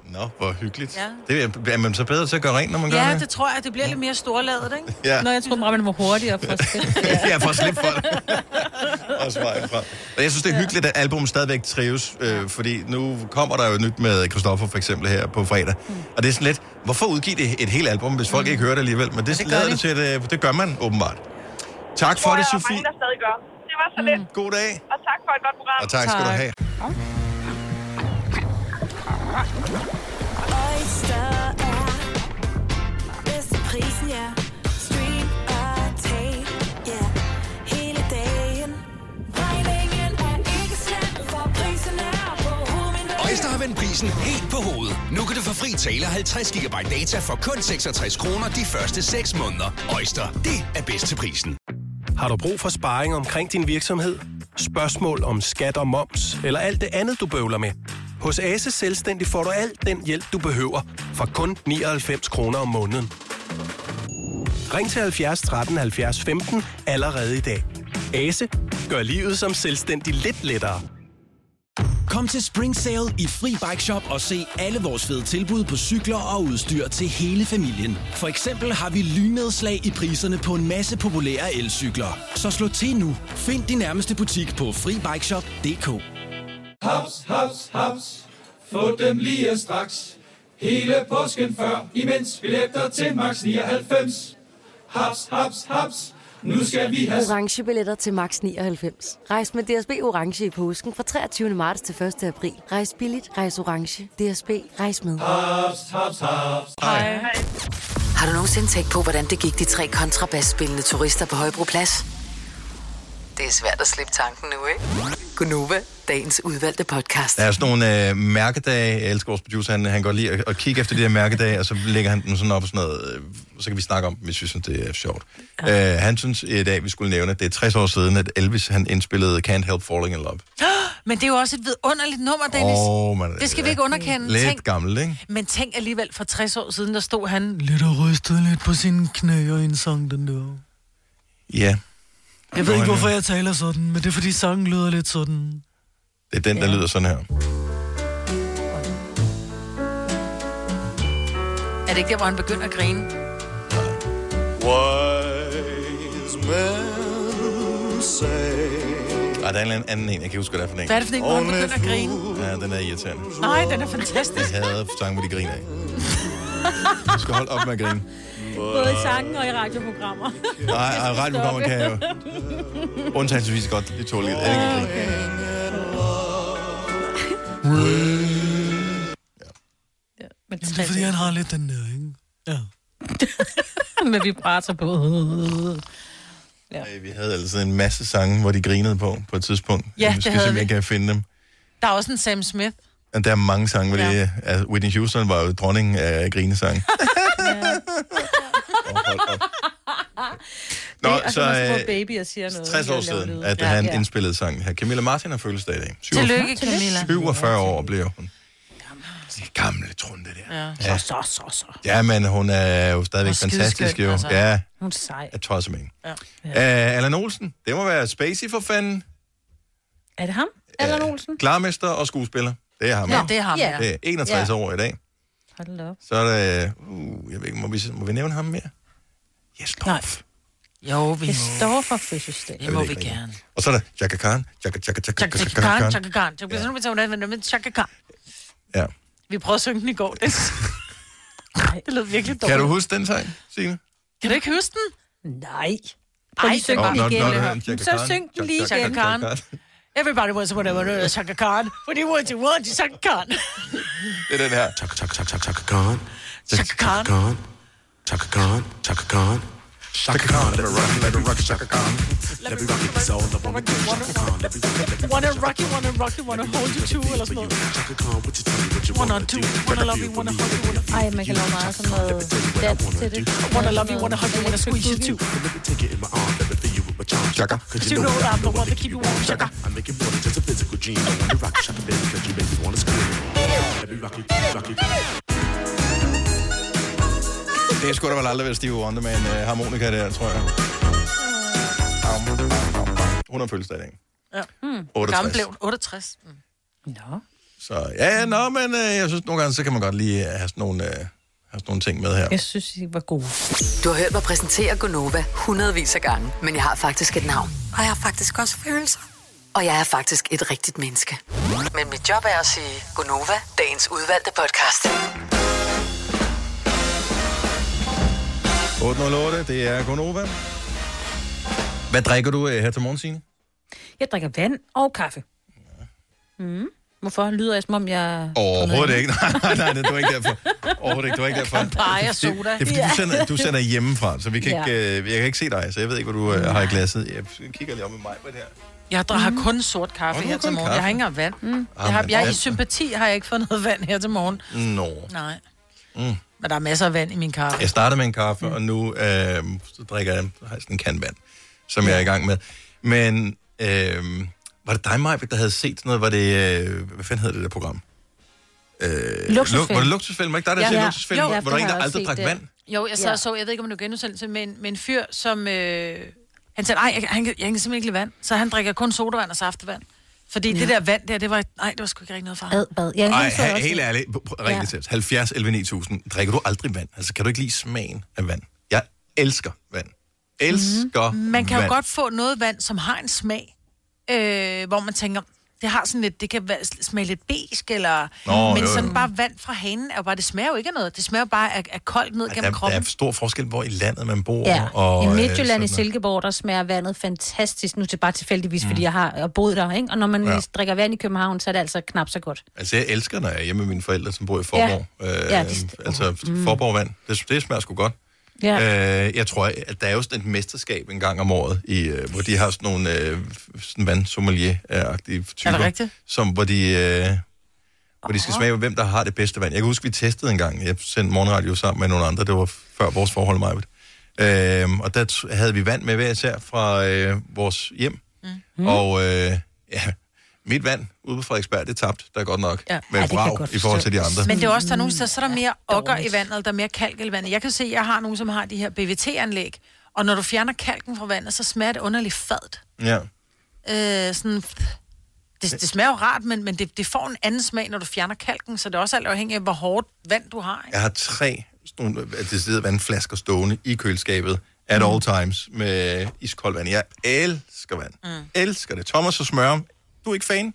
S1: Nå, hvor hyggeligt.
S3: Ja.
S1: Det er, er man så bedre til at gøre rent, når man gør
S3: ja,
S1: det?
S3: det tror jeg, det bliver lidt mere storladet, ikke?
S1: Ja. Nå,
S3: jeg troede bare, man var hurtigere for
S1: Ja, for at slippe for det. Også vejen fra. Og jeg synes, det er hyggeligt, at albumet stadigvæk trives, øh, fordi nu kommer der jo nyt med Christoffer for eksempel her på fredag. Mm. Og det er sådan lidt, hvorfor udgive det et helt album, hvis folk mm. ikke hører det alligevel? Men det, det, lader det til, at øh, det gør man åbenbart. Tak for
S6: tror
S1: det,
S6: jeg,
S1: Sofie. Mm.
S6: mange, der stadig gør. Det var så lidt.
S1: God dag.
S6: Og tak for et godt program.
S1: Og tak skal du have.
S19: Oyster er bedst til prisen, ja. Stream og tag, ja. Hele dagen. Regningen er ikke slem, for prisen er på hovedet.
S20: Øjster har vendt prisen helt på hovedet. Nu kan du få fri tale 50 GB data for kun 66 kroner de første 6 måneder. Øjster, det er bedst til prisen.
S16: Har du brug for sparring omkring din virksomhed? Spørgsmål om skat og moms, eller alt det andet, du bøvler med? Hos Ase Selvstændig får du alt den hjælp, du behøver, for kun 99 kroner om måneden. Ring til 70 13 70 15 allerede i dag. Ase gør livet som selvstændig lidt lettere.
S21: Kom til Spring Sale i Fri Bike Shop og se alle vores fede tilbud på cykler og udstyr til hele familien. For eksempel har vi lynedslag i priserne på en masse populære elcykler. Så slå til nu. Find din nærmeste butik på FriBikeShop.dk
S22: Haps, haps, haps. Få dem lige straks. Hele påsken før, imens vi læfter til max 99. Haps, haps, haps. Nu skal vi have...
S23: orange billetter til max 99. Rejs med DSB orange i påsken fra 23. marts til 1. april. Rejs billigt, rejs orange. DSB rejs med.
S22: Haps, haps, haps.
S23: Hej.
S4: Har du nogensinde tænkt på, hvordan det gik de tre kontrabasspillende turister på Højbroplads? Det er svært at slippe tanken nu, ikke? Gunova, dagens udvalgte podcast.
S1: Der er sådan nogle øh, mærkedage. Jeg elsker vores producer, han, han går lige at, at kigge efter de her mærkedage, og så lægger han dem sådan op og sådan noget. Øh, så kan vi snakke om dem, hvis vi synes, det er sjovt. Ja. Øh, han synes i dag, vi skulle nævne, at det er 60 år siden, at Elvis han indspillede Can't Help Falling In Love.
S3: Men det er jo også et vidunderligt nummer, Dennis.
S1: Åh, man, øh,
S3: det skal vi ikke underkende.
S1: Lidt
S3: Tænk,
S1: gammel, ikke?
S3: men tænk alligevel, for 60 år siden, der stod han lidt og rystede lidt på sine knæ og indsang den der.
S1: Ja.
S18: Jeg ved ikke, hvorfor jeg taler sådan, men det er, fordi sangen lyder lidt sådan.
S1: Det er den, der lyder sådan her.
S3: Er det ikke der, hvor han begynder at grine?
S24: Wise men say
S1: Ej, der er en eller anden- anden en, jeg kan ikke huske, hvad det er for en.
S3: Hvad er det for en, hvor han begynder at grine?
S1: Ja, den er irriterende.
S3: Nej, den er fantastisk.
S1: Jeg hader sange, hvor de griner af. Du skal holde op med at grine.
S2: Både i sangen og i radioprogrammer.
S1: Nej, og radioprogrammer kan jeg jo undtagelsesvis godt lidt tåle lidt. Jeg kan grine.
S2: Men
S18: Jamen, det er fordi, han har lidt den der, ikke? Ja.
S2: Med vibrator på.
S1: Vi havde altså en masse sange, hvor de grinede på, på et tidspunkt.
S3: Ja,
S1: vi
S3: det havde
S1: vi. kan finde dem.
S3: Der er også en Sam Smith.
S1: Men der er mange sange, hvor det er... altså, Whitney Houston var jo dronningen af grinesange. Nå,
S2: det, og så,
S1: så,
S2: så
S1: øh,
S2: Altså, små babyer siger noget.
S1: 60 år
S2: Jeg laver
S1: siden,
S2: lyde.
S1: at han indspillede sangen her. Camilla Martin har fødselsdag i dag. 47
S3: Tillykke, Camilla.
S1: 47 år bliver hun. Det gamle trunde der.
S3: Ja.
S1: Ja.
S2: Så, så, så, så.
S1: Ja, men hun er jo stadigvæk
S2: Hun er
S1: fantastisk,
S2: skideskøn,
S1: jo.
S2: altså.
S1: Ja,
S2: Hun er sej.
S1: jeg tosser med hende.
S2: Ja.
S1: Øh, Allan Olsen, det må være Spacey for fanden. Øh,
S2: Er det ham? Allan Olsen?
S1: Klarmester og skuespiller. Det er ham.
S2: Ja,
S1: ikke?
S2: det er ham, ja.
S1: Det er 61
S2: Ja.
S1: år i dag.
S2: Hold da op.
S1: Så er der... Uh, jeg ved ikke, må vi, må vi nævne ham mere? Yes,
S3: Nej. Jo, vi
S2: Det står for fødselsdag.
S3: Det må vi gerne.
S1: Og så er der Chaka Khan. Chaka, Chaka, Chaka, Chaka,
S3: Chaka Khan, Chaka Khan. Chaka Khan. Chaka Khan. Chaka Khan.
S1: Ja.
S3: Vi prøvede at synge den i går. Det, det lød virkelig dårligt.
S1: Kan du huske den sang, Signe?
S3: Kan du ikke huske den?
S2: Nej. Prøv lige at synge
S1: Nå,
S2: den
S1: nå,
S2: igen.
S1: nå, nå, Chaka
S2: Så
S1: Khan,
S2: syng den lige
S1: Chaka
S2: igen.
S1: Khan, Chaka Khan.
S3: Everybody wants whatever, uh, Chaka Khan. What do you want? You want Chaka Khan.
S1: Det er den her.
S5: Chaka, chaka, chaka, chaka Khan.
S3: Chaka Khan.
S5: Chaka Khan. Chaka Khan. Chaka Khan. Let me rock it, let me rock it, Chaka Khan. Let me rock it, it's all I wanna do. Chaka Khan. Let me rock it, let me
S3: Wanna rock you, wanna rock you, wanna hold you too, eller sådan noget.
S5: Chaka Khan. What you tell me, what you
S3: Wanna
S5: wanna
S3: do,
S5: do?
S3: wanna love you, wanna hold you, wanna
S2: Ej, man kan lave meget sådan noget dans til det.
S3: Wanna love you, wanna hug you, wanna squeeze you too.
S5: Let me take it in my arm, let me feel you with my charm, Chaka. 'Cause
S3: But you know that I'm the one that keep you warm, Chaka.
S5: I make it more than just a physical dream. I wanna rock you, Chaka, baby, 'cause you make me wanna scream. Let me rock you, rock you.
S1: Det er sgu da vel aldrig været Stevie Wonder med en øh, harmonika der, tror jeg. Hun har fødselsdag i dag.
S3: Ja. Mm.
S1: 68.
S3: Gammel blev hun. 68. Mm. Nå.
S1: Så ja, nå, men øh, jeg synes nogle gange, så kan man godt lige øh, have sådan nogle, øh, have sådan nogle ting med her.
S2: Jeg synes, I var gode.
S4: Du har hørt mig præsentere Gonova hundredvis af gange, men jeg har faktisk et navn.
S7: Og jeg har faktisk også følelser.
S4: Og jeg er faktisk et rigtigt menneske. Men mit job er at sige Gonova, dagens udvalgte podcast.
S1: 808, det er Gonova. Hvad drikker du øh, her til morgen, Signe?
S2: Jeg drikker vand og kaffe. Mm. Hvorfor lyder jeg, som om jeg...
S1: Overhovedet ikke. Nej, nej, nej, det var ikke derfor. Overhovedet ikke, det var ikke derfor.
S2: Campari og soda.
S1: Det, det er fordi, du sender, du sender hjemmefra, så vi kan
S3: Ja.
S1: ikke, øh, jeg kan ikke se dig, så jeg ved ikke, hvor du øh, har i glasset. Jeg kigger lige op med mig på det her.
S3: Jeg drak, har kun sort kaffe
S1: Og du Mm. har
S3: her til
S1: kun
S3: morgen.
S1: kaffe.
S3: Jeg har ikke engang vand. Mm. Jeg har,
S1: men
S3: jeg, I
S1: altså.
S3: sympati har jeg ikke fået noget vand her til morgen.
S1: Nå.
S3: Nej.
S1: Mm.
S3: Men der er masser af vand i min kaffe.
S1: Jeg startede med en kaffe, og nu øh, så drikker jeg så har jeg sådan en kan vand, som jeg er i gang med. Men øh, var det dig, Maja, der havde set sådan noget? Var det, øh, hvad fanden hed det der program? Øh,
S2: Luksusfælden.
S1: lu- Var det luksusfælden? Var det ikke dig, der
S2: Ja.
S1: ja. sagde
S2: Ja.
S1: luksusfælden?
S2: Jo.
S1: Jo, var der
S2: Det
S1: en,
S2: har
S1: der
S2: jeg
S1: aldrig
S2: også
S1: drak
S2: set,
S1: vand?
S3: Jo, jeg sad og så, jeg ved ikke, om du genudsendelse, men, men en fyr, som... Øh, han sagde, nej, jeg, han, kan- jeg kan simpelthen ikke lide vand. Så han drikker kun sodavand og saftevand. Fordi ja. det der vand der, det var... Nej, det var sgu ikke rigtig noget for ham.
S2: Ad, bad. Jeg
S1: Nej,
S2: hilser også.
S1: helt ærligt. p- p- Ring
S3: Ja.
S1: det til os. 70 11 9000. Drikker du aldrig vand? Altså, kan du ikke lide smagen af vand? Jeg elsker vand. Elsker
S2: Mhm.
S1: mm.
S3: Man kan
S1: vand.
S3: jo godt få noget vand, som har en smag, øh, hvor man tænker, det har sådan lidt, det kan være, smage lidt besk, eller,
S1: Nå,
S3: men
S1: jo, jo.
S3: sådan bare vand fra hanen, er jo bare, det smager jo ikke af noget. Det smager jo bare af, af koldt ned
S1: Ej,
S3: gennem
S1: der, der er
S3: kroppen.
S1: stor forskel, hvor i landet man bor.
S2: Ja, og, i
S1: øh,
S2: Midtjylland i
S1: sådan-
S2: Silkeborg, der smager vandet fantastisk. Nu er det bare tilfældigvis,
S1: Mm.
S2: mm. fordi jeg har jeg har boet der, ikke? Og når man
S1: Ja.
S2: ja. drikker vand i København, så er det altså knap så godt.
S1: Altså, jeg elsker, når jeg er hjemme med mine forældre, som bor i Forborg.
S2: Ja. Mm.
S1: Øh,
S2: Ja, de-
S1: Altså, Forborg vand. Det, det smager sgu godt.
S2: Ja.
S1: Øh, jeg tror, at der er jo sådan et mesterskab en gang om året, i, øh, hvor de har sådan nogle øh, sådan vandsommelier-agtige typer.
S3: rigtigt?
S1: Som, hvor de, øh, hvor de skal smage, på, hvem der har det bedste vand. Jeg kan huske, vi testede en gang. Jeg sendte morgenradio sammen med nogle andre. Det var før vores forhold, mig. Øh, og der t- havde vi vand med hver især fra øh, vores hjem.
S3: Mhm.
S1: Mm. Og øh, ja, mit vand ude på Frederiksberg, det tabte der godt nok. Ja.
S3: Ej,
S1: Med ja,
S3: det kan jeg
S1: brav
S3: godt
S1: i forhold til de andre.
S3: Men det er også, der er nogle steder, så er der mere okker i
S2: dårligt.
S3: vandet, der er mere kalk i vandet. Jeg kan se, at jeg har nogen, som har de her BVT-anlæg, og når du fjerner kalken fra vandet, så smager det underligt fadt.
S1: Ja.
S3: Øh, sådan, det, det smager jo rart, men, men det, det får en anden smag, når du fjerner kalken, så det er også alt afhængigt af, hvor hårdt vand du har.
S1: Jeg har tre sådan nogle øh, deciderede vandflasker stående i køleskabet at all times med iskoldt vand. Jeg elsker vand. Mm. Elsker det. Thomas og smør. Du er ikke fan?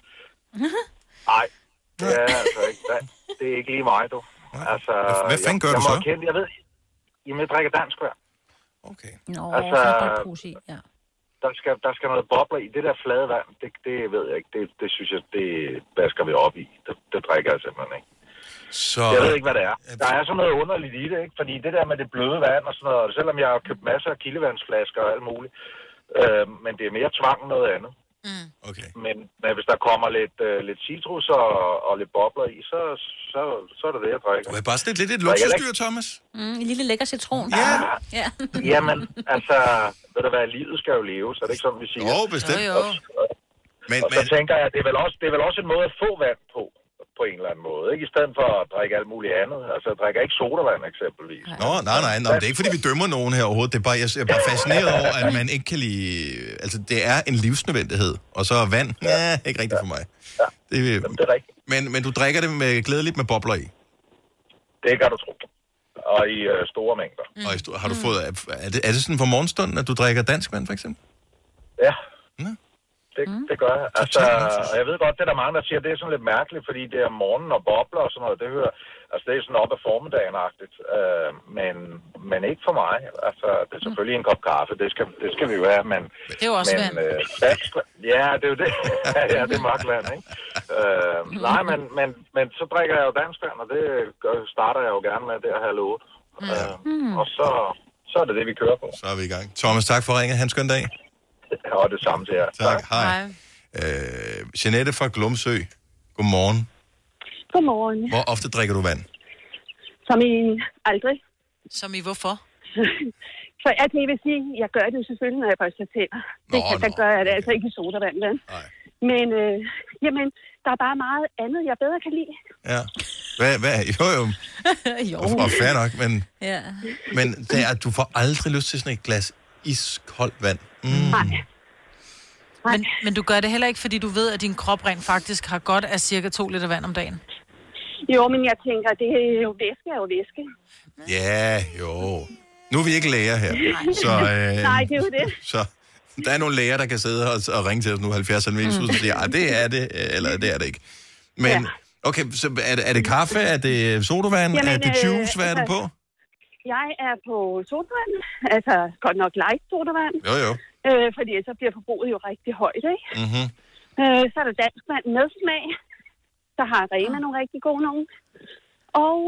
S8: Nej, det er altså ikke, hvad- det er ikke lige mig, du. Altså,
S1: Hvad- hvad fanden gør
S8: jeg,
S1: du
S8: jeg må
S1: så?
S8: erkende, jeg ved, jamen, jeg drikker dansk vejr.
S2: Nå, så
S8: Altså,
S2: er det bare et brus i, ja.
S8: Der skal, der skal noget bobler i. Det der flade vand, det, det ved jeg ikke. Det, det synes jeg, det vasker vi op i. Det, det drikker jeg simpelthen ikke.
S1: Så...
S8: Jeg ved ikke, hvad det er. Der er sådan noget underligt i det, ikke? Fordi det der med det bløde vand og sådan noget, selvom jeg har købt masser af kildevandsflasker og alt muligt, øh, men det er mere tvang end noget andet.
S3: Mm.
S1: Okay.
S8: Men, men hvis der kommer lidt, øh, lidt citrus og, og lidt bobler i, så, så, så er det det, jeg drikker.
S1: Du er bare sådan lidt et
S8: Så jeg er
S1: luksusdyr, Thomas.
S2: Mm, en lille lækker citron. Ja. ja.
S8: Jamen, altså, ved du hvad, livet skal jo leves, er det ikke sådan, vi siger?
S1: Jo, bestemt. Jo, jo. Men,
S8: og så tænker jeg, det er, vel også, det er vel også en måde at få vand på, på en eller anden måde, ikke? I stedet for at drikke alt muligt andet. Altså, jeg drikker ikke sodavand, eksempelvis.
S1: Nå, nej, nej, nej, det er ikke, fordi vi dømmer nogen her overhovedet. Det er bare, jeg er bare fascineret over, at man ikke kan lide... Altså, det er en livsnødvendighed. Og så er vand, ja, ikke rigtigt for mig. Ja, det, er, det
S8: er rigtigt.
S1: Men, men du drikker det med, glædeligt med bobler i.
S8: Det kan du tro. Og i øh, store mængder.
S1: Mm. Og i stor- har du fået... Er det, er det sådan for morgenstunden, at du drikker dansk vand, for eksempel?
S8: Ja. Det,
S3: Mm.
S8: det gør jeg. Altså, og jeg ved godt, det er der mange, der siger, det er sådan lidt mærkeligt, fordi det er morgenen og bobler og sådan noget, det hører, altså det er sådan op af formiddagen-agtigt, øh, men, men ikke for mig. Altså, det er selvfølgelig en kop kaffe, det skal, det skal vi jo have, men...
S3: Mm. Det er jo også
S8: men,
S3: vand.
S8: Øh, dansk, ja, det er jo det. ja, det er mørkt vand, ikke? Øh,
S3: Mm.
S8: nej, men, men, men så drikker jeg jo dansk vand, og det gør, starter jeg jo gerne med der halv otte.
S3: Mm.
S8: Øh, og så, så er det det, vi kører på.
S1: Så er vi i gang. Thomas, tak for ringet. Ha' en skøn dag.
S8: Og det samme til jer.
S1: Tak, hej. Øh, Jeanette fra Glumsø. Godmorgen.
S7: Godmorgen.
S1: Hvor ofte drikker du vand?
S7: Som i aldrig.
S3: Som i hvorfor?
S7: For at det vil sige, jeg gør det jo selvfølgelig, når jeg børster tænder. Det, kan, der gør jeg det altså ikke i sodavand, vel? Men øh, jamen, der er bare meget andet, jeg bedre kan lide.
S1: Ja. Hvad, hvad? Jo, jo.
S7: jo.
S1: Og, og fair nok, men,
S7: Ja.
S1: men det er, at du får aldrig lyst til sådan et glas iskoldt vand. Mm.
S7: Nej.
S3: Men, men du gør det heller ikke, fordi du ved, at din krop rent faktisk har godt af cirka 2 liter vand om dagen.
S7: Jo, men jeg tænker, det er jo væske, er jo væske.
S1: Ja, jo. Nu er vi ikke læger her. Så, øh,
S7: Nej, det er jo det.
S1: så der er nogle læger, der kan sidde og, og ringe til os nu 70 mm. og sige, "Ej, det er det, øh, eller det er det ikke. Men, okay, så er det, er det kaffe? Er det sodavand? er det
S7: øh,
S1: juice? Hvad er det
S7: altså,
S1: på?
S7: Jeg er på sodavand. Altså, godt nok light sodavand.
S1: Jo, jo.
S7: Øh, fordi så bliver forbruget jo rigtig højt, ikke?
S1: Mm-hmm.
S7: Øh, så er der dansk vand med smag. Så har Rema
S3: Ah.
S7: nogle rigtig gode nogen. Og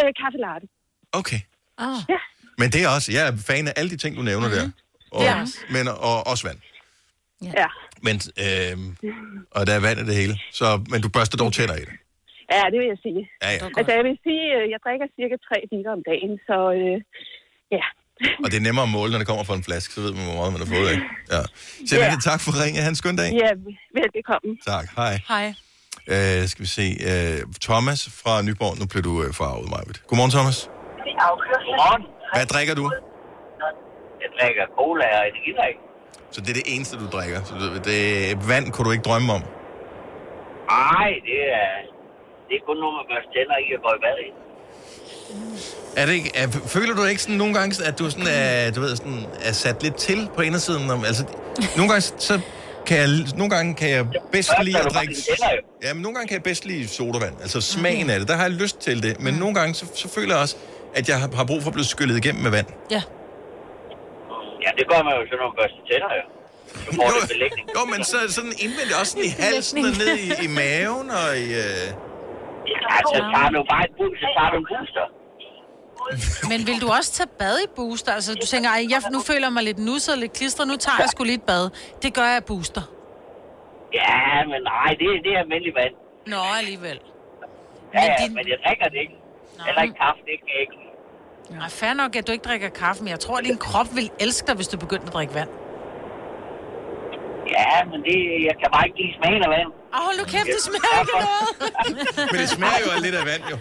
S7: øh, kaffe latte.
S1: Okay.
S7: Oh. Ja, Mhm.
S1: Men det er også, jeg er fan af alle de ting, du nævner mm. der. Og,
S7: Det er også.
S1: Men, og også vand.
S7: ja.
S1: Men, øh, og der er vand i det hele. Så, men du børster dog tænder i det.
S7: ja det vil jeg sige.
S1: Ja, ja.
S7: Altså, jeg vil sige, øh, jeg drikker cirka 3 liter om dagen, så øh, ja.
S1: Og det er nemmere at måle, når det kommer fra en flaske. Så ved man, hvor meget man har fået af. Ja. Så yeah. tak for ringe. Han skøn dag.
S7: Ja, velbekomme.
S1: Tak. Hej.
S3: Hej.
S1: Øh, skal vi se. Øh, Thomas fra Nyborg. Nu blev du øh, farvet, Majvidt. Godmorgen, Thomas.
S9: Godmorgen.
S1: Hvad drikker du?
S9: Jeg drikker cola og energidrik.
S1: Så det er det eneste, du drikker. Så det, det, vand kunne du ikke drømme om.
S9: Nej, det er, det er kun noget, man børste tænder i og går i bad i.
S1: Er det ikke, er, føler du ikke sådan nogle gange, at du, sådan er, du ved, sådan er sat lidt til på indersiden? om- Altså, nogle gange, så kan jeg, nogle gange kan jeg bedst
S9: Ja,
S1: lide
S9: så er
S1: at
S9: du bare
S1: drikke...
S9: dine tænder,
S1: Ja, men nogle gange kan jeg bedst lide sodavand. Altså smagen af det, der har jeg lyst til det. Men nogle gange, så, så føler jeg også, at jeg har har brug for at blive skyllet igennem med vand.
S9: Ja, det gør man jo sådan nogle børste tænder, jo. Så får det belægning.
S1: Jo, men så er det sådan indvendigt også sådan i halsen og ned i, i maven og i... Øh...
S9: Ja, så tager du bare et booster, så tager du en booster.
S3: Men vil du også tage bad i booster? Altså, du tænker, Ej, jeg, nu føler jeg mig lidt nusset, lidt klistret, nu tager jeg sgu lidt bad. Det gør jeg i booster.
S9: Ja, men nej, det, er- det er almindelig vand.
S3: Nå, alligevel.
S9: Ja,
S3: Men
S9: men,
S3: din-
S9: men jeg drikker det ikke. Heller ikke kaffe, det kan jeg ikke.
S3: Nej, fair nok, at du ikke drikker kaffe, men jeg tror, at din krop vil elske dig, hvis du begyndte at drikke vand.
S9: Ja, men det, jeg kan bare ikke lide smagen af vand.
S3: Og hold nu kæft, det smager ikke af noget.
S1: Men det smager jo af lidt af vand, jo.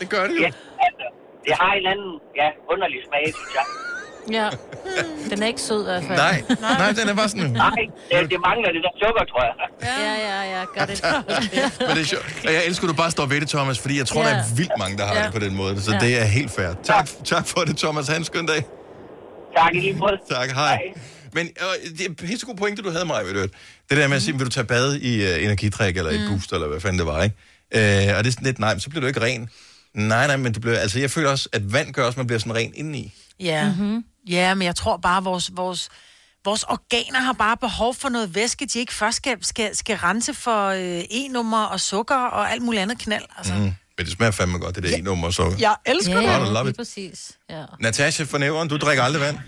S1: Det gør det jo.
S9: Ja, altså, det har en anden, ja, underlig smag, synes jeg.
S2: ja. Den er ikke sød i hvert fald.
S1: Nej, nej, den er bare sådan...
S9: Nej, det, det mangler det der sukker, tror jeg.
S2: Ja, ja, ja, gør det.
S1: Men det er sjovt. Og jeg elsker, at du bare står ved det, Thomas, fordi jeg tror,
S2: Ja.
S1: der er vildt mange, der har
S2: Ja.
S1: det på den måde. Så
S2: Ja.
S1: det er helt fair. Tak, tak for det, Thomas. Ha' en skøn dag.
S9: Tak, i lige måde.
S1: Tak, hej. Men øh, det er en pissegod pointe, du havde mig, ved du. Det der med at sige,
S2: Mhm.
S1: vil du tage bad i øh, energidrik, eller i booster, eller hvad fanden det var, ikke? Øh, og det er sådan lidt, nej, men så bliver du ikke ren. Nej, nej, men du bliver, altså jeg føler også, at vand gør også, at man bliver sådan ren indeni.
S3: Ja. Mm-hmm. ja, men jeg tror bare, vores, vores, vores organer har bare behov for noget væske, de ikke først skal, skal, skal rense for øh, e-nummer og sukker og alt muligt andet knald. Altså.
S1: Mm. Men det smager fandme godt, det der e-nummer, så...
S2: Jeg elsker
S1: det.
S2: Mhm. ja,
S1: Godt, I
S2: Ja,
S1: love
S2: lige
S1: it.
S2: præcis. Ja.
S1: Natasha fra Nævren, du drikker aldrig vand.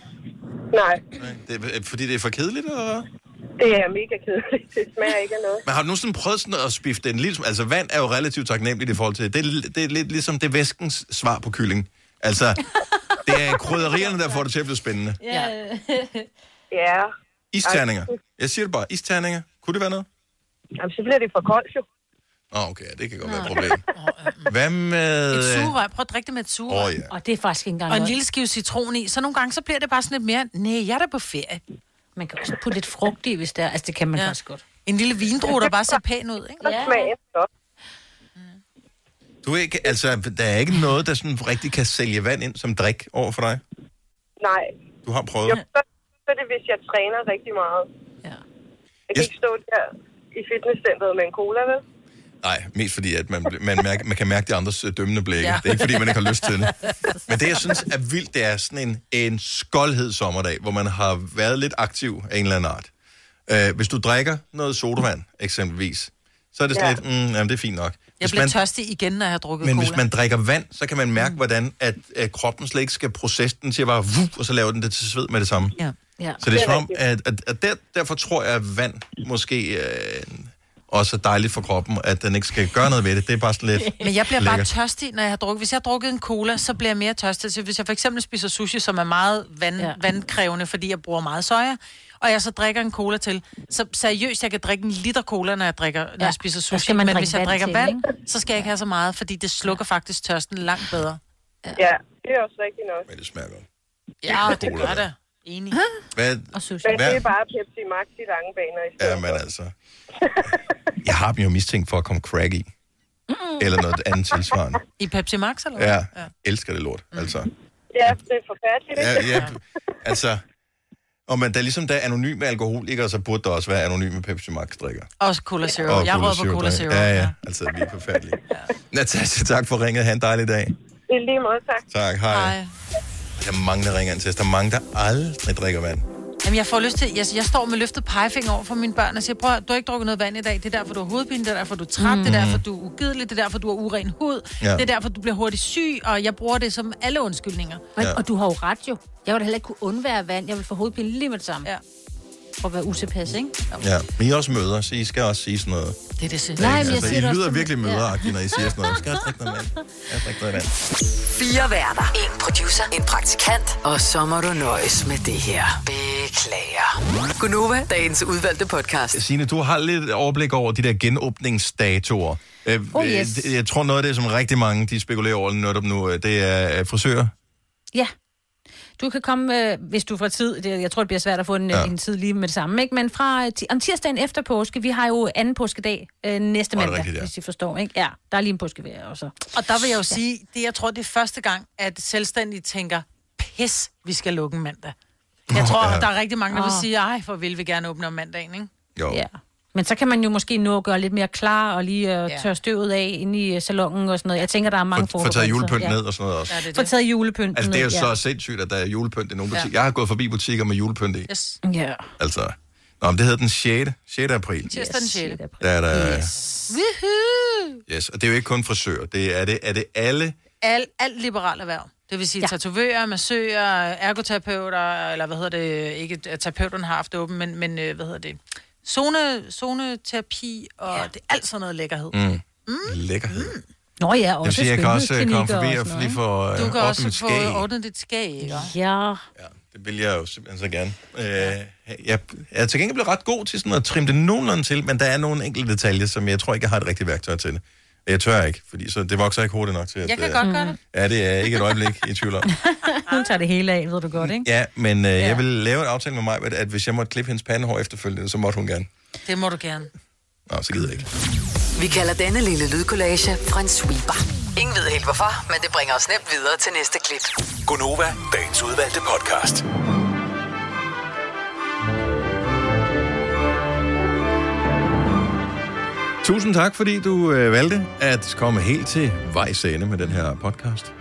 S6: Nej,
S1: Det er, fordi det er for kedeligt, eller hvad?
S6: det er mega kedeligt. Det smager ikke af noget.
S1: Men har du nogensinde prøvet sådan at spifte en lille smule? Altså, vand er jo relativt taknemmeligt i forhold til... Det er, det er lidt ligesom det er væskens svar på kylling. Altså, det er krydderierne, der får det til at blive spændende.
S6: Ja. ja.
S1: Isterninger. Jeg siger det bare. Isterninger. Kunne det være noget?
S6: Jamen, så bliver det for koldt, jo.
S1: Åh, oh, okay. Det kan godt være et problem. Hvad med...
S3: Et sugerør. Prøv at drikke det med et sugerør.
S1: Øh, Åh, ja.
S3: Og det er faktisk ikke engang Og en
S2: noget.
S3: lille skive citron i. Så nogle gange, så bliver det bare sådan lidt mere, nej, jeg er da på ferie.
S2: Man kan også putte lidt frugt i, hvis det er. Altså, det kan man faktisk godt.
S3: En lille vindrue, der bare ser pæn ud, ikke?
S2: Ja.
S1: Du er ikke, altså, der er ikke noget, der sådan rigtig kan sælge vand ind som drik over for dig.
S6: Nej.
S1: Du har prøvet.
S6: Jo, så, så er det, hvis jeg træner rigtig meget.
S2: Ja.
S6: Jeg kan ikke stå der i fitnesscenteret med en cola, vel?
S1: Nej, mest fordi, at man, bl- man, mærker, man kan mærke de andres øh, dømmende blikke.
S6: Ja.
S1: Ja. Det er ikke, fordi man ikke har lyst til det. Men det, jeg synes er vildt, det er sådan en, en skoldhed sommerdag, hvor man har været lidt aktiv af en eller anden art. Uh, hvis du drikker noget sodavand, eksempelvis, så er det sådan
S3: Ja.
S1: ja. lidt, mm, jamen, det er fint nok.
S3: Jeg
S1: Hvis
S3: bliver
S1: man,
S3: tørstig igen, når jeg har drukket
S1: men
S3: cola. Mm.
S1: hvis man drikker vand, så kan man mærke, hvordan at, at kroppen slet ikke skal processe den til bare, vuh, og så laver den det til sved med det samme.
S3: Ja. ja.
S1: Så det er som om, at, at, at der, derfor tror jeg, at vand måske øh, også er dejligt for kroppen, at den ikke skal gøre noget ved det. Det er bare sådan lidt
S3: Men jeg bliver bare
S1: lækkert.
S3: tørstig, når jeg har drukket. Hvis jeg har drukket en cola, så bliver jeg mere tørstig. Så hvis jeg for eksempel spiser sushi, som er meget vand, ja. vandkrævende, fordi jeg bruger meget soja, og jeg så drikker en cola til, så seriøst, jeg kan drikke en liter cola, når jeg, drikker, ja. når jeg spiser
S2: der
S3: sushi.
S2: skal man
S3: Men
S2: drikke
S3: hvis jeg
S2: vand
S3: drikker
S2: til,
S3: vand, så skal jeg ikke have så meget, fordi det slukker faktisk tørsten langt bedre.
S6: Ja. ja, det er også rigtigt nok.
S1: Men det smager godt.
S3: Ja, det
S1: Cola,
S3: gør
S1: ja.
S3: det. Enig.
S1: Hvad,
S6: Men det
S1: hvad,
S6: er bare Pepsi Max i lange baner i stedet.
S1: ja, men altså. Jeg har dem jo mistænkt for at komme crack i.
S3: Mm.
S1: Eller noget andet tilsvarende.
S3: I Pepsi Max, eller hvad?
S1: Ja, elsker det lort,
S3: Mm.
S1: altså.
S6: Ja, det er forfærdeligt,
S1: Ja, ja, altså. Og man, der ligesom der er anonyme alkoholikere, så burde der også være anonyme Pepsi Max-drikker.
S3: Også Cola Zero. Og jeg
S1: Cola
S3: råder på Cola Zero.
S1: Zero-drikker. Ja, ja, altså vi er forfærdelige. Natasha, tak for ringet. Ha' en dejlig dag.
S6: Det er lige måde, tak.
S1: Tak, hej. hej. Der er mange, der ringer ind til os. Der er mange, der aldrig drikker vand.
S3: Jamen, jeg får lyst til... Jeg, jeg står med løftet pegefinger over for mine børn og siger, prøv at høre, du har ikke drukket noget vand i dag. Det er derfor, du har hovedpine. Det er derfor, du er træt. Mm. Det er derfor, du er ugidelig. Det er derfor, du har uren hud. Ja.
S2: Ja.
S3: Det er derfor, du bliver hurtigt syg. Og jeg bruger det som alle undskyldninger.
S2: Men, ja. Og du har jo ret jo. Jeg ville heller ikke kunne undvære vand. Jeg vil få hovedpine lige med det samme. Ja. For at være utilpas, ikke?
S1: Ja, men I er også møder, så I skal også sige sådan noget.
S3: Det er det sind.
S2: Nej, men
S1: Ikke?
S2: jeg
S1: altså,
S2: siger
S1: I
S2: det også
S1: lyder
S2: sådan-
S1: virkelig
S2: Ja.
S1: møderagtigt, når I siger sådan noget. Jeg skal også drikke noget vand. Jeg skal drikke noget vand.
S4: Fire værter. En producer. En praktikant. Og så må du nøjes med det her. Beklager. Gunova, dagens udvalgte podcast.
S1: Signe, du har lidt overblik over de der genåbningsdatoer. Øh,
S2: Oh, yes.
S1: øh, Jeg tror noget af det, som rigtig mange de spekulerer over netop nu, øh, det er øh, frisører.
S2: Ja. Du kan komme, øh, hvis du får tid. Det, jeg tror, det bliver svært at få en, ja. en tid lige med det samme. Ikke? Men fra øh, ti- om tirsdagen efter påske, vi har jo anden påskedag øh, næste
S3: Åh, det er
S2: mandag,
S3: rigtigt, ja.
S2: hvis I forstår. Ikke? Ja, der er lige en påskevæg også.
S3: Og der vil jeg jo sige, det, jeg tror, det er første gang, at selvstændige tænker, pis, vi skal lukke en mandag. Jeg
S2: Nå,
S3: tror,
S2: ja.
S3: der er rigtig mange, der vil
S2: Åh.
S3: sige, ej, hvor vil vi gerne åbne om mandagen, ikke?
S1: Jo.
S2: Ja. Men så kan man jo måske nå at gøre lidt mere klar og lige øh, tørre støvet af inde i øh, salongen og sådan noget. Jeg tænker, der er mange
S1: Få taget julepynt ned og sådan noget også.
S2: Få taget julepynten
S1: Altså, det er jo
S2: ned,
S1: så sindssygt, at der er julepynt i nogle
S2: Ja.
S1: butikker. Jeg har gået forbi butikker med julepynt i.
S3: Yes.
S2: Ja.
S1: Altså, nå, men det hedder den 6. 6. april.
S3: Tirsdag den 6.
S1: Der er der,
S3: Woohoo!
S1: yes. Og det er jo ikke kun frisører. Det er, det, er det alle
S3: Al, alt liberalt erhverv. Det vil sige ja.
S2: Ja.
S3: tatovører, massører, ergoterapeuter, eller hvad hedder det, ikke at terapeuterne har haft det åbent, men, men øh, hvad hedder det, zone, zoneterapi, og ja. det er alt sådan noget lækkerhed.
S1: Mm. Lækkerhed. Mm.
S2: Nå ja,
S1: Jeg vil
S2: også
S1: sige, jeg kan også øh, komme
S2: skønhedsklinikker
S1: forbi
S2: og
S1: og
S2: sådan noget,
S1: lige få
S3: Du
S1: øh,
S3: kan
S1: op
S3: også
S1: mit
S3: få
S1: skæg.
S3: ordnet dit skæg, Mm. ikke?
S2: Ja.
S1: Det vil jeg jo simpelthen så gerne. Øh, jeg jeg er til gengæld blevet ret god til sådan at trimme det nogenlunde til, men der er nogle enkelte detaljer, som jeg tror ikke, jeg har et rigtigt værktøj til. Jeg tør ikke, fordi så det vokser ikke hurtigt nok til. At,
S2: Jeg kan
S1: øh,
S2: godt
S3: Mm.
S2: gøre det.
S1: Ja, det er jeg ikke et øjeblik i tvivl om.
S2: ja. Hun tager det hele af, ved du godt, ikke?
S1: Ja, men øh, jeg vil lave en aftale med mig, at hvis jeg måtte klippe hendes pandehår efterfølgende, så måtte hun gerne.
S3: Det må du gerne.
S1: Nå, så gider jeg ikke.
S4: Vi kalder denne lille lydkollage en sweeper. Ingen ved helt hvorfor, men det bringer os nemt videre til næste klip.
S5: Gonova, dagens udvalgte podcast.
S1: Tusind tak, fordi du øh, valgte at komme helt til vejs ende med den her podcast.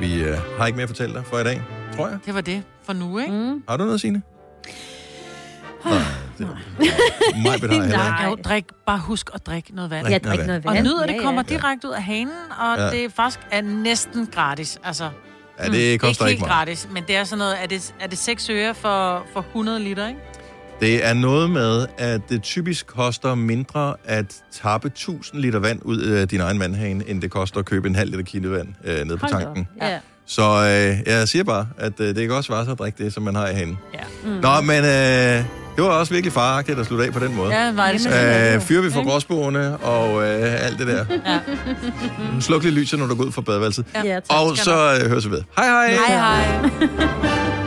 S1: Vi øh, har ikke mere at fortælle dig for i dag, tror jeg.
S3: Det var det for nu, ikke? Mm.
S1: Har du noget, Signe? Mig har heller ikke.
S3: Ah, Nej, jo, drik, bare husk at drikke noget vand.
S1: Drik Ja, drik noget noget vand.
S3: Og
S1: vand.
S3: nyd, at
S1: Ja,
S3: det
S1: ja.
S3: kommer direkte ud af hanen, og
S1: Ja.
S3: ja. det faktisk er næsten gratis. Altså,
S1: Ja,
S3: mm,
S1: det koster
S3: ikke
S1: ikke
S3: helt
S1: meget.
S3: gratis, men det er sådan noget, er det, er det 6 øre for, for 100 liter, ikke?
S1: Det er noget med, at det typisk koster mindre at tappe 1000 liter vand ud af din egen vandhane, end det koster at købe en halv liter kilo vand øh, nede på tanken.
S3: Ja.
S1: Så øh, jeg siger bare, at øh, det kan også være så at drikke det, som man har i hanen.
S3: Ja.
S1: Mm. Nå, men øh, det var også virkelig faragtigt at slutte af på den måde.
S3: Ja, var det så.
S1: øh, Fyre vi for gråsboerne og øh, alt det der.
S3: Ja.
S1: Sluk lige lyset, når du går ud fra badeværelset.
S3: Ja, tak
S1: og
S3: skal
S1: så øh, høres vi ved. Hej hej!
S3: Hej, hej.